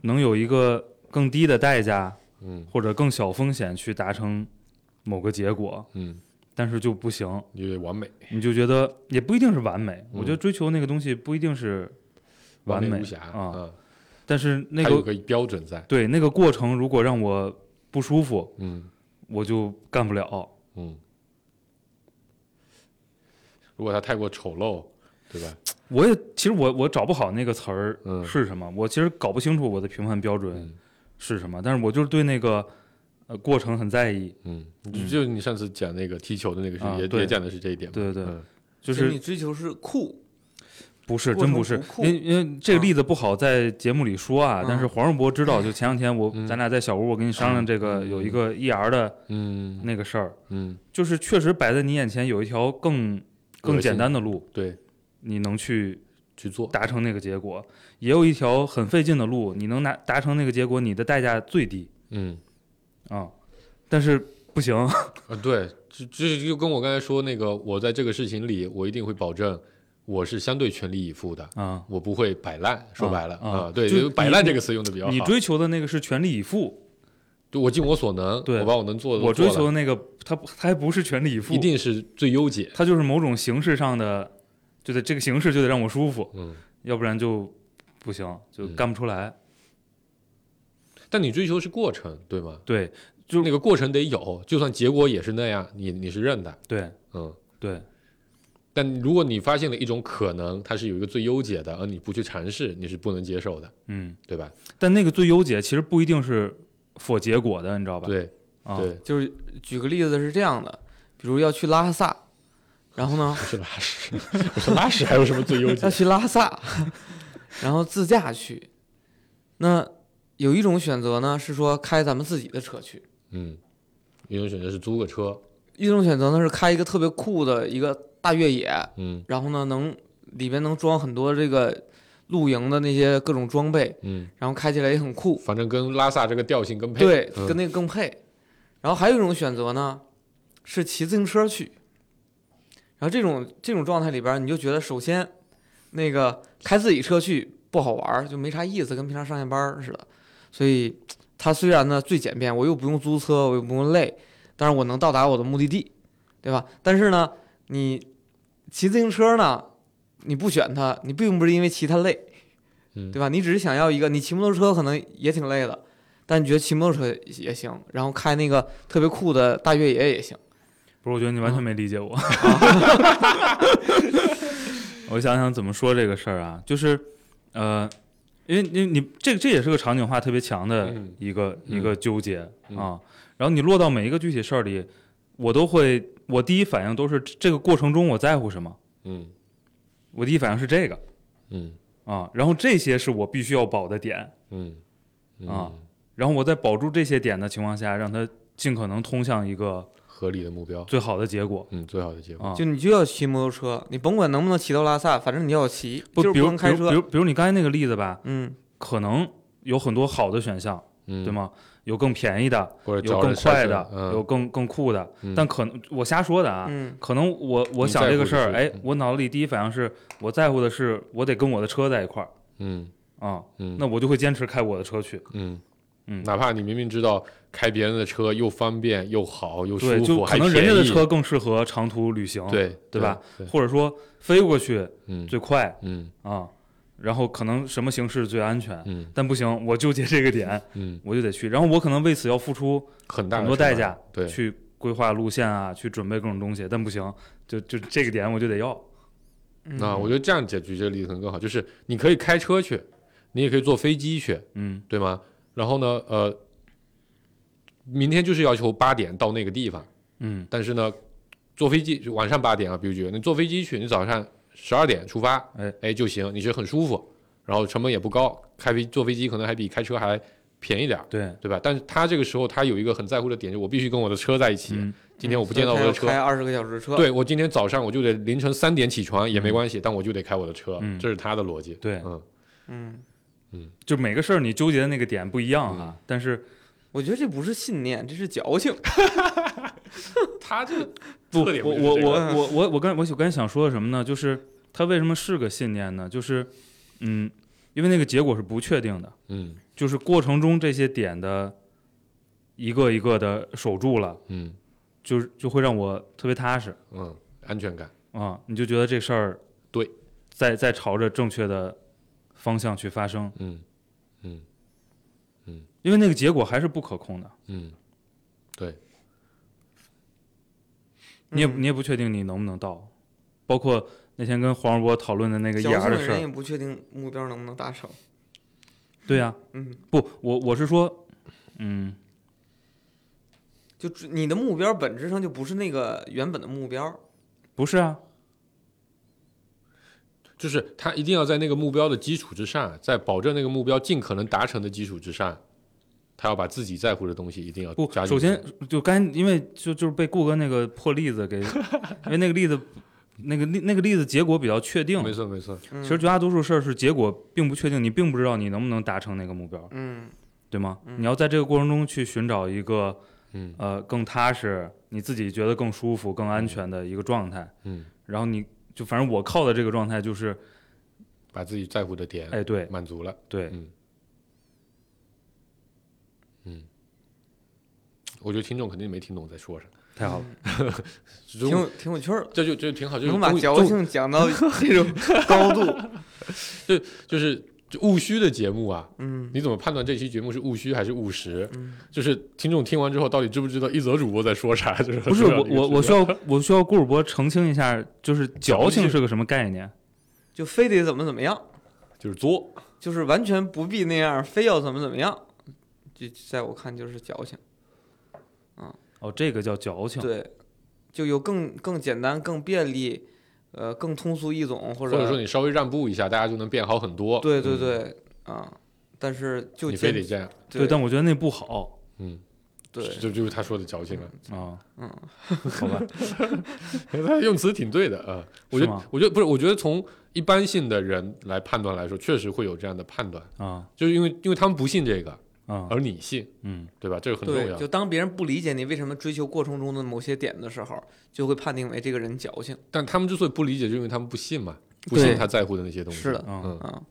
能有一个更低的代价嗯或者更小风险去达成某个结果，嗯，但是就不行，有点完美，你就觉得也不一定是完美。我觉得追求那个东西不一定是完美美无瑕啊，啊，但是那它有个个标准在，对那个过程如果让我不舒服，嗯我就干不了。嗯，如果它太过丑陋，对吧？我也其实我我找不好那个词儿嗯是什么，我其实搞不清楚我的评判标准嗯是什么，但是我就是对那个呃过程很在意，嗯，就就你上次讲那个踢球的那个事啊情，也对也讲的是这一点嘛，对对对嗯就你是追求是酷，不是过真程不是不，酷因为因为这个例子不好在节目里说啊，嗯但是黄世博知道，就前两天我嗯咱俩在小屋，我跟你商量这个嗯有一个 ER 的嗯那个事儿，嗯，就是确实摆在你眼前有一条更更简单的路，对，你能去去做，达成那个结果，也有一条很费劲的路，你能拿达成那个结果，你的代价最低。嗯啊、但是不行，啊，对，这这就跟我刚才说那个，我在这个事情里，我一定会保证我是相对全力以赴的，啊、我不会摆烂。说啊白了啊对，就就摆你烂你这个词用的比较好。你追求的那个是全力以赴，就我尽我所能，对我把我能做的都我追做求了的那个，它它还不是全力以赴，一定是最优解。它就是某种形式上的，就得这个形式就得让我舒服，嗯，要不然就不行，就干不出来。但你追求是过程，对吗？对，就那个过程得有，就算结果也是那样，你你是认的，对，嗯。对，但如果你发现了一种可能，它是有一个最优解的，而你不去尝试，你是不能接受的，嗯。对吧？但那个最优解其实不一定是否结果的，你知道吧？对啊，对， 就是举个例子是这样的，比如要去拉萨，然后呢不是拉屎，不是拉屎，还有什么最优解要？去拉萨， 然后自驾去，那有一种选择呢是说开咱们自己的车去，嗯，一种选择是租个车，一种选择呢是开一个特别酷的一个大越野，嗯然后呢能里边能装很多这个露营的那些各种装备，嗯，然后开起来也很酷，反正跟拉萨这个调性更配。对，嗯跟那个更配。然后还有一种选择呢，是骑自行车去。然后这种这种状态里边儿，你就觉得首先，那个开自己车去不好玩儿，就没啥意思，跟平常上下班儿似的。所以，它虽然呢最简便，我又不用租车，我又不用累，但是我能到达我的目的地，对吧？但是呢，你骑自行车呢，你不选它，你并不是因为骑它累，嗯对吧？你只是想要一个，你骑摩托车可能也挺累的，但你觉得骑摩托车也行，然后开那个特别酷的大越野也行。不是，我觉得你完嗯全没 理解我。我想想怎么说这个事儿啊，就是，呃，因为因为你这这也是个场景化特别强的嗯一个、嗯一个纠结啊、嗯然后你落到每一个具体事儿里，我都会我第一反应都是这这个过程中我在乎什么，嗯我第一反应是这个嗯啊，然后这些是我必须要保的点，嗯嗯啊，然后我在保住这些点的情况下，让它尽可能通向一个合理的目标，最好的结果嗯，最好的结果，啊。就你就要骑摩托车，你甭管能不能骑到拉萨，反正你要骑，不，就是比不如能开比如比车。如比如你刚才那个例子吧，嗯，可能有很多好的选项，嗯，对？吗？有更便宜的，或者有找更人筛快选的，嗯、有更更酷的嗯。但可能我瞎说的啊，嗯可能我我你想在这个乎事的儿，是哎嗯，我脑子里第一反应是我在乎的是我得跟我的车在一块儿嗯啊，嗯那我就会坚持开我的车去。嗯嗯哪怕你明明知道开别人的车又方便又好又舒对，服，就可还能人家的便宜车更适合长途旅行，对对吧？？对，或者说飞过去嗯最快嗯啊，然后可能什么形式最安全。嗯但不行，我纠结这个点，嗯，我就得去，然后我可能为此要付出很大很的多成代本价，对，去规划路线啊，去准备各种东西，但不行，就就这个点我就得要。嗯啊，我觉得这样解决这个例子可能更好，就是你可以开车去，你也可以坐飞机去，嗯，对吗？然后呢，呃，明天就是要求八点到那个地方，嗯，但是呢，坐飞机晚上八点啊，比如举个，你坐飞机去，你早上十二点出发，哎哎就行，你觉得很舒服，然后成本也不高，开飞坐飞机可能还比开车还便宜点儿，对，对吧？但是他这个时候他有一个很在乎的点，就是我必须跟我的车在一起，嗯今天我不所以见到我他的要车，开二十个小时车。对我今天早上我就得凌晨三点起床也没关系，但我就得开我的车，嗯这是他的逻辑。对嗯嗯，就每个事儿你纠结的那个点不一样啊，但是我觉得这不是信念，这是矫情。他这不， 特点我不就是我这个我我我我刚我刚才想说的什么呢？就是它为什么是个信念呢？就是嗯，因为那个结果是不确定的，嗯就是过程中这些点的一个一个的守住了，嗯就是就会让我特别踏实嗯，安全感。啊、你就觉得这事儿对，在在朝着正确的方向去发生，嗯因为那个结果还是不可控的，嗯，你嗯也、你也不确定你能不能到，包括那天跟黄世波讨论的那个矫 ER 情的的事人也儿，不确定目标能不能达成。对呀、嗯，不，我我是说，嗯，就只你的目标本质上就不是那个原本的目标。不是啊，就是他一定要在那个目标的基础之上，在保证那个目标尽可能达成的基础之上，他要把自己在乎的东西一定要不，加进去。首先就刚因为就就是被顾哥那个破例子给， 因为那个例子，那个例那个例子结果比较确定，没错没错，嗯、其实绝大多数事儿是结果并不确定，你并不知道你能不能达成那个目标，嗯，对吗？你要在这个过程中去寻找一个嗯呃更踏实、你自己觉得更舒服、更安全的一个状态，嗯，然后你就反正我靠的这个状态就是，把自己在乎的点哎，对满足了。对，嗯我觉得听众肯定没听懂我在说啥，太嗯好了，这挺就有挺有趣儿的，这就这就挺好，就是能把终于矫终情讲到这种高度。 就是就务虚的节目啊，嗯，你怎么判断这期节目是务虚还是务实？嗯就是听众听完之后到底知不知道一则主播在说啥？ 就是不是很重要我的一个我我需指标要我需要顾主播澄清一下，就是矫矫情情是个什么概念？就非得怎么怎么样，就是作，就是完全不必那样，非要怎么怎么样，就在我看就是矫情。哦，这个叫矫情，对，就有更更简单、更便利，呃，更通俗易懂，或或者者说你稍微让步一下，大家就能变好很多。对对嗯，对、啊，但是就你非坚得这样，对但我觉得那不好嗯，对这就是他说的矫情了。啊，嗯，好吧，他用词挺对的啊，我觉是得吗，我觉得不是，我觉得从一般性的人来判断来说，确实会有这样的判断，啊就是因为因为他们不信这个，啊而你信，嗯对吧？这个很重对，要就。当别人不理解你为什么追求过程中的某些点的时候，就会判定为这个人矫情。但他们之所以不理解，就是因为他们不信嘛，不对信他在乎的那些东西。是的啊嗯，啊，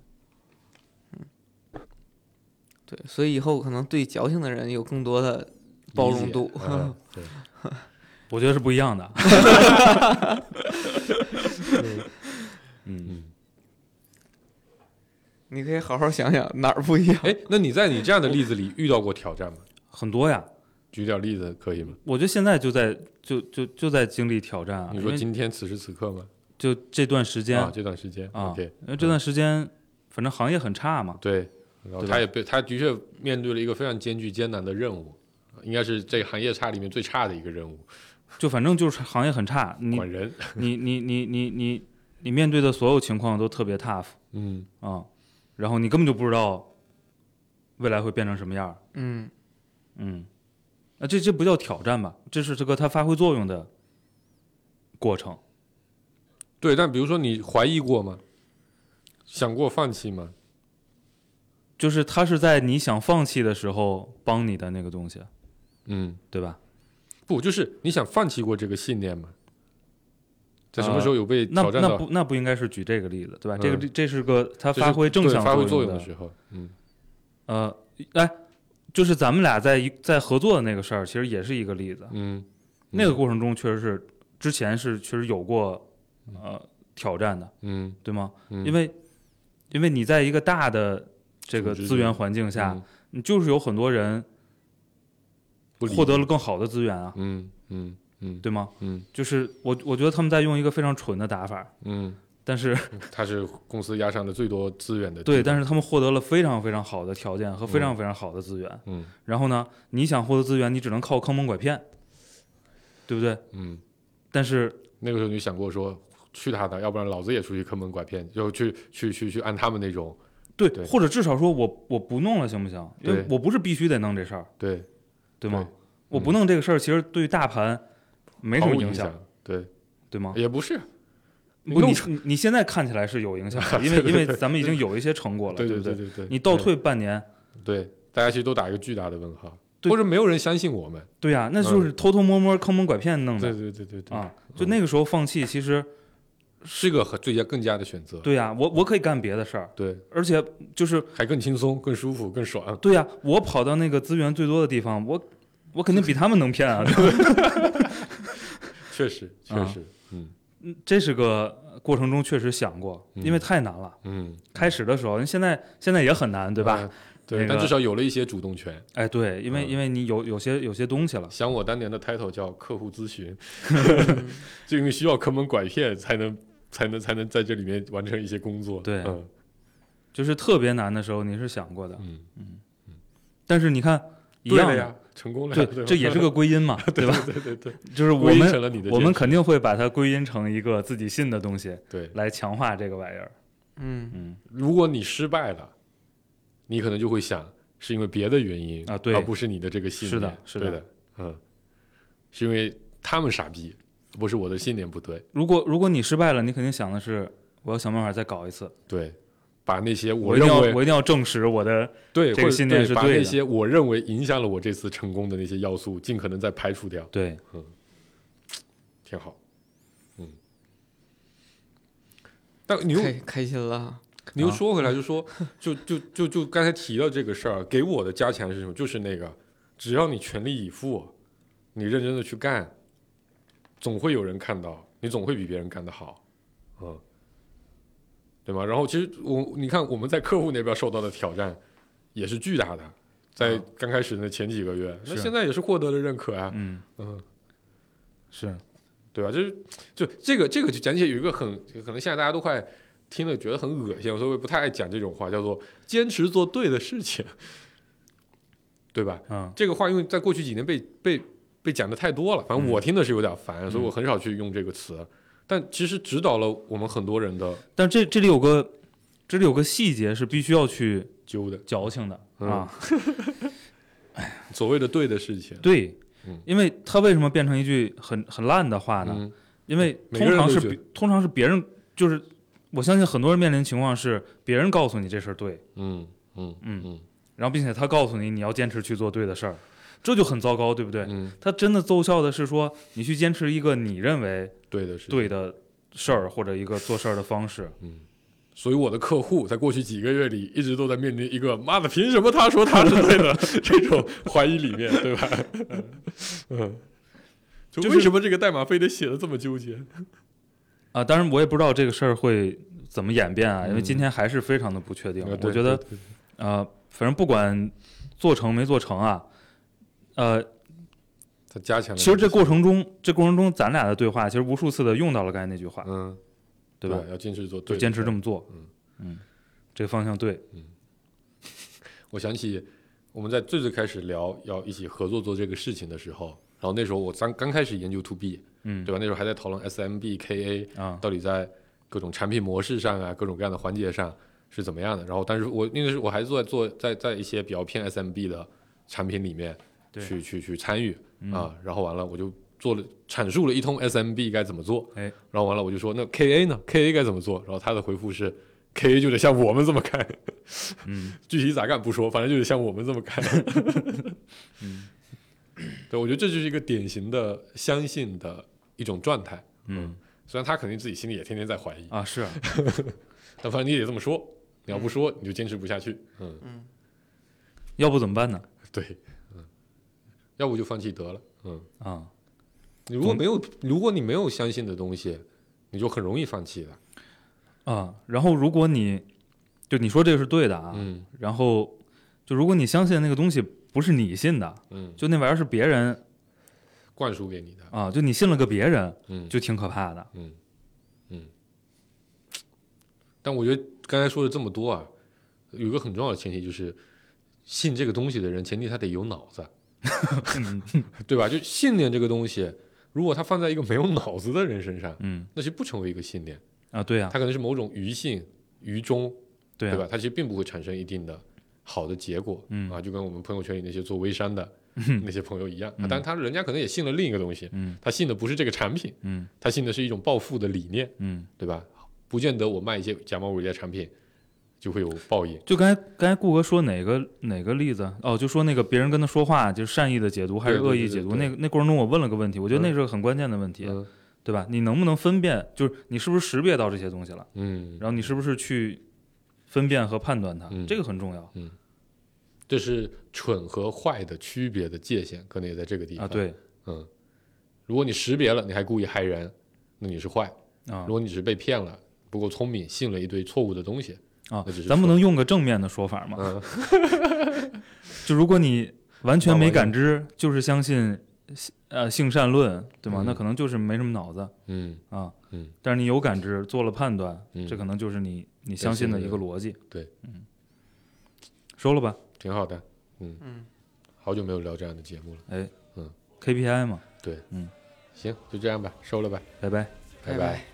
嗯，对，所以以后可能对矫情的人有更多的包容度理。解嗯对。我觉得是不一样的。嗯，嗯， 你可以好好想想哪儿不一 样。哎，那你在你这样的例子里遇到过挑战吗？很多呀， 举点例子可以吗？我觉得现在就在就就就在经历挑战啊，你因说为今天此时此刻吗？就这段时间啊，这段时间啊， ，OK，嗯因为这段时间反正行业很差嘛，对，然后对吧他也被他的确啊面对了一个非常艰巨艰难的任务，应该是这个行业差里面最差的一个任务。就反正就是行业很差，你 管人，你你你你你你面对的所有情况都特别 tough 嗯，啊，然后你根本就不知道未来会变成什么样儿，嗯，嗯，啊，这这不叫挑战吧？这是这个它发挥作用的过程。对。但比如说你怀疑过吗？想过放弃吗？就是它是在你想放弃的时候帮你的那个东西，嗯，对吧？不，就是你想放弃过这个信念吗？在什么时候有被那挑战那到？不那不应该是举这个例子，对吧？这个嗯这是个它就是发挥正对向发挥作作用的的时候，嗯，呃，哎，就是咱们俩在一在合作的那个事儿，其实也是一个例子。嗯，那个过程中确实是之前是确实有过呃挑战的，嗯，对吗？嗯，因为因为你在一个大的这个组织资源中环境下，嗯你就是有很多人不理获得了更好的资源啊，嗯嗯嗯对吗？嗯就是我我觉得他们在用一个非常蠢的打法，嗯，但是他是公司压上的最多资源的，对，但是他们获得了非常非常好的条件和非常非常好的资源。嗯然后呢，你想获得资源，你只能靠坑蒙拐骗，对不对？嗯，但是那个时候你想过说去他的，要不然老子也出去坑蒙拐骗，就去去去去按他们那种，对，对或者至少说我我不弄了行不行？因为对我不是必须得弄这事儿，对，对吗？对我不弄这个事儿，其实对于大盘没什毫么无影影响，，啊对，对吗？也不是，不，弄你出你你现在看起来是有影响 的，因为因为咱们已经有一些成果了，对不对？对对，你倒退半年，对，大家其实都打一个巨大的问号，对或者没有人相信我们，对呀、那就是偷偷摸摸、坑蒙拐骗弄嗯对的对对对对，嗯啊。就那个时候放弃，其实是个和最佳更佳的选择，对呀、我我可以干别的事儿，对，而且就是还更轻松、更舒服、更爽，对呀、我跑到那个资源最多的地方，我我肯定比他们能骗 啊，对吧确实确啊实，嗯嗯这是个过程中确实想过，因为太难了。嗯，开始的时候，现在现在也很难，对吧？呃？对，那但个至少有了一些主动权。哎，对，因为、嗯因为你有有些有些东西了，想我当年的 title 叫客户咨询，嗯 就因为需要坑蒙拐骗才能才能才能在这里面完成一些工作。对嗯就是特别难的时候，你是想过的。嗯，但是你看，一对样了的，呀，成功了呀，对，吧这也是 个归因嘛，对吧？对对对，就是我归因成们了你的我们坚持肯定会把它归因成一个自己信的东西，对。来强化这个玩意儿。嗯，嗯，如果你失败了，你可能就会想是因为别的原因啊对而不是你的这个信念，是的是的对的，嗯，是因为他们傻逼，不是我的信念不对，如果如果你失败了，你肯定想的是我要想办法再搞一次，对，把那些我一定认要为我一定要证实我的。对，这或个者信念对是把对那的些我认为影响了我这次成功的那些要素，尽可能再排除掉，对，挺好。嗯，但你又开开心了，你又啊说回来，就说就就就就刚才提到这个事儿，给我的加强是什么？就是那个，只要你全力以赴，你认真的去干，总会有人看到，你总会比别人干得好，嗯，对吗？然后其实我你看我们在客户那边受到的挑战也是巨大的，在刚开始的前几个月，那啊是啊现在也是获得了认可啊，嗯嗯，是，对吧？就是就这个这个就讲起来有一个很可能现在大家都快听了觉得很恶心，所以我也不太爱讲这种话，叫做坚持做对的事情，对吧？嗯，这个话因为在过去几年被被被讲的太多了，反正我听的是有点烦，所以我很少去用这个词。但其实指导了我们很多人的但这这里有个这里有个细节是必须要去揪的矫情的嗯啊。所谓的对的事情，对嗯，因为他为什么变成一句很很烂的话呢？嗯，因为每通个人常都是觉别通常是别人就是，我相信很多人面临的情况是别人告诉你这事儿对，嗯嗯嗯然后并且他告诉你你要坚持去做对的事儿，这就很糟糕，对不对？嗯，他真的奏效的是说你去坚持一个你认为对的事情。对的事儿或者一个做事儿的方式，嗯所以我的客户在过去几个月里一直都在面临一个“妈的，凭什么他说他是对的”这种怀疑里面，对吧？嗯，就就是为什么这个代码非得写的这么纠结？啊，当然我也不知道这个事儿会怎么演变啊，因为嗯今天还是非常的不确定。啊对我觉得对对呃，反正不管做成没做成啊，呃，他加强了，其实这过程中，这过程中咱俩的对话，其实无数次的用到了刚才那句话，嗯，对吧？要坚持做对就的，坚持这么。么做，嗯这个方向对，我想起我们在最最开始聊要一起合作做这个事情的时候，然后那时候我刚刚开始研究 to B，嗯对吧？那时候还在讨论 SMB、KA 啊到底在各种产品模式上啊，各种各样的环节上是怎么样的。然后，但是我那个时候我还做做在在一些比较偏 SMB 的产品里面对嗯去去去参与啊，然后完了我就做了阐述了一通 SMB 该怎么做，哎，然后完了我就说那 KA 呢？KA 该怎么做？然后他的回复是 KA 就得像我们这么干，嗯，具体咋干不说，反正就得像我们这么干。嗯对，我觉得这就是一个典型的相信的一种状态。嗯虽然他肯定自己心里也天天在怀疑，啊 是啊，但反正你也得这么说，你要不说你就坚持不下去。嗯，要不怎么办呢？对，嗯，要不就放弃得了。嗯，啊，你如果没有，如果你没有相信的东西，你就很容易放弃的。啊，然后如果你就你说这个是对的啊，嗯然后就如果你相信的那个东西不是你信的，嗯，就那玩意儿是别人灌输给你的。啊，就你信了个别人，嗯，就挺可怕的。嗯嗯。但我觉得刚才说了这么多啊，有一个很重要的前提就是，信这个东西的人，前提他得有脑 子，对吧？就信念这个东西，如果他放在一个没有脑子的人身上，嗯那是不成为一个信念。啊，对呀、它可能是某种愚信、愚忠，对啊呀、吧？它其实并不会产生一定的好的结果，嗯啊，就跟我们朋友圈里那些做微商的那些朋友一样，啊嗯但他人家可能也信了另一个东西，嗯他信的不是这个产品，嗯他信的是一种暴富的理念，嗯，对吧？不见得我卖一些假冒伪劣产品就会有报应，就刚才刚才顾哥说哪个哪个例子？哦，就说那个别人跟他说话，就是善意的解读还是对对恶意对对解读？对那个那过程中我问了个问题，我觉得嗯那是个很关键的问题，嗯对吧？你能不能分辨？就是你是不是识别到这些东西了？嗯，然后你是不是去分辨和判断它？嗯这个很重要这是蠢和坏的区别的界限，可能也在这个地方啊。，对嗯，如果你识别了，你还故意害人，那你是坏；啊如果你只是被骗了，不够聪明，信了一堆错误的东西，啊那只是，咱不说能用个正面的说法嘛？嗯， 就如果你完全那没我就感知，就是相信呃性善论，对吗？嗯那可能就是没什么脑子嗯啊。嗯，但是你有感知，做了判断，嗯这可能就是你你相信的一个逻辑。对，嗯，收了吧挺好的，嗯嗯，好久没有聊这样的节目了，哎嗯，KPI 嘛，行，就这样吧，收了吧，拜拜。拜嗯拜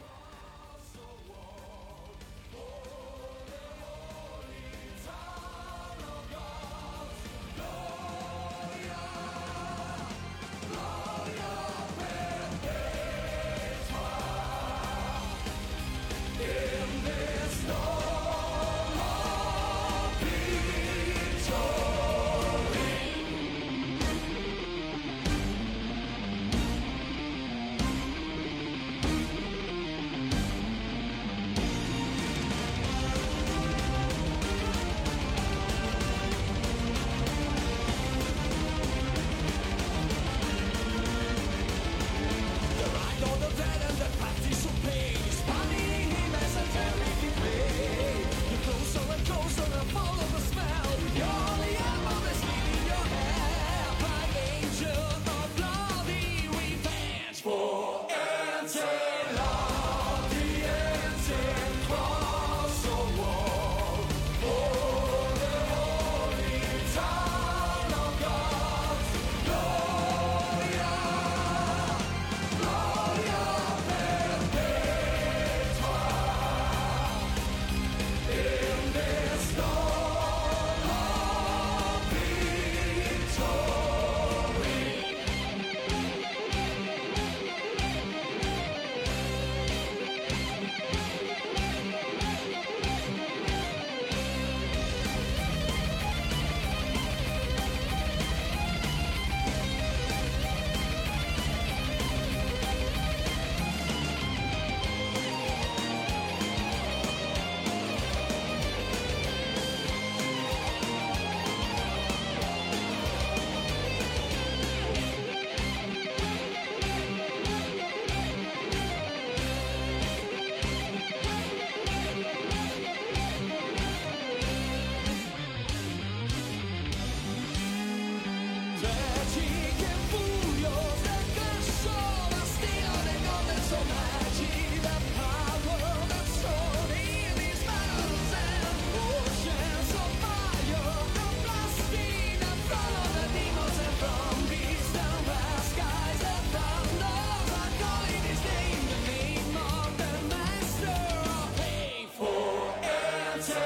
前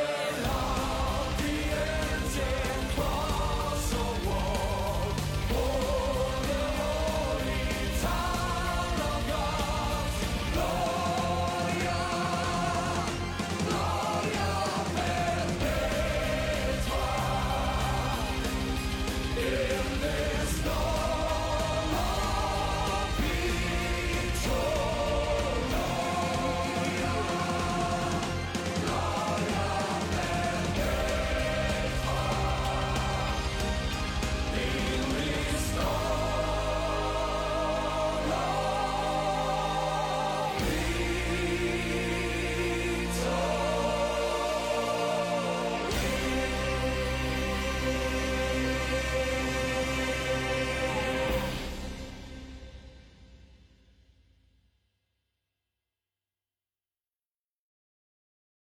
来。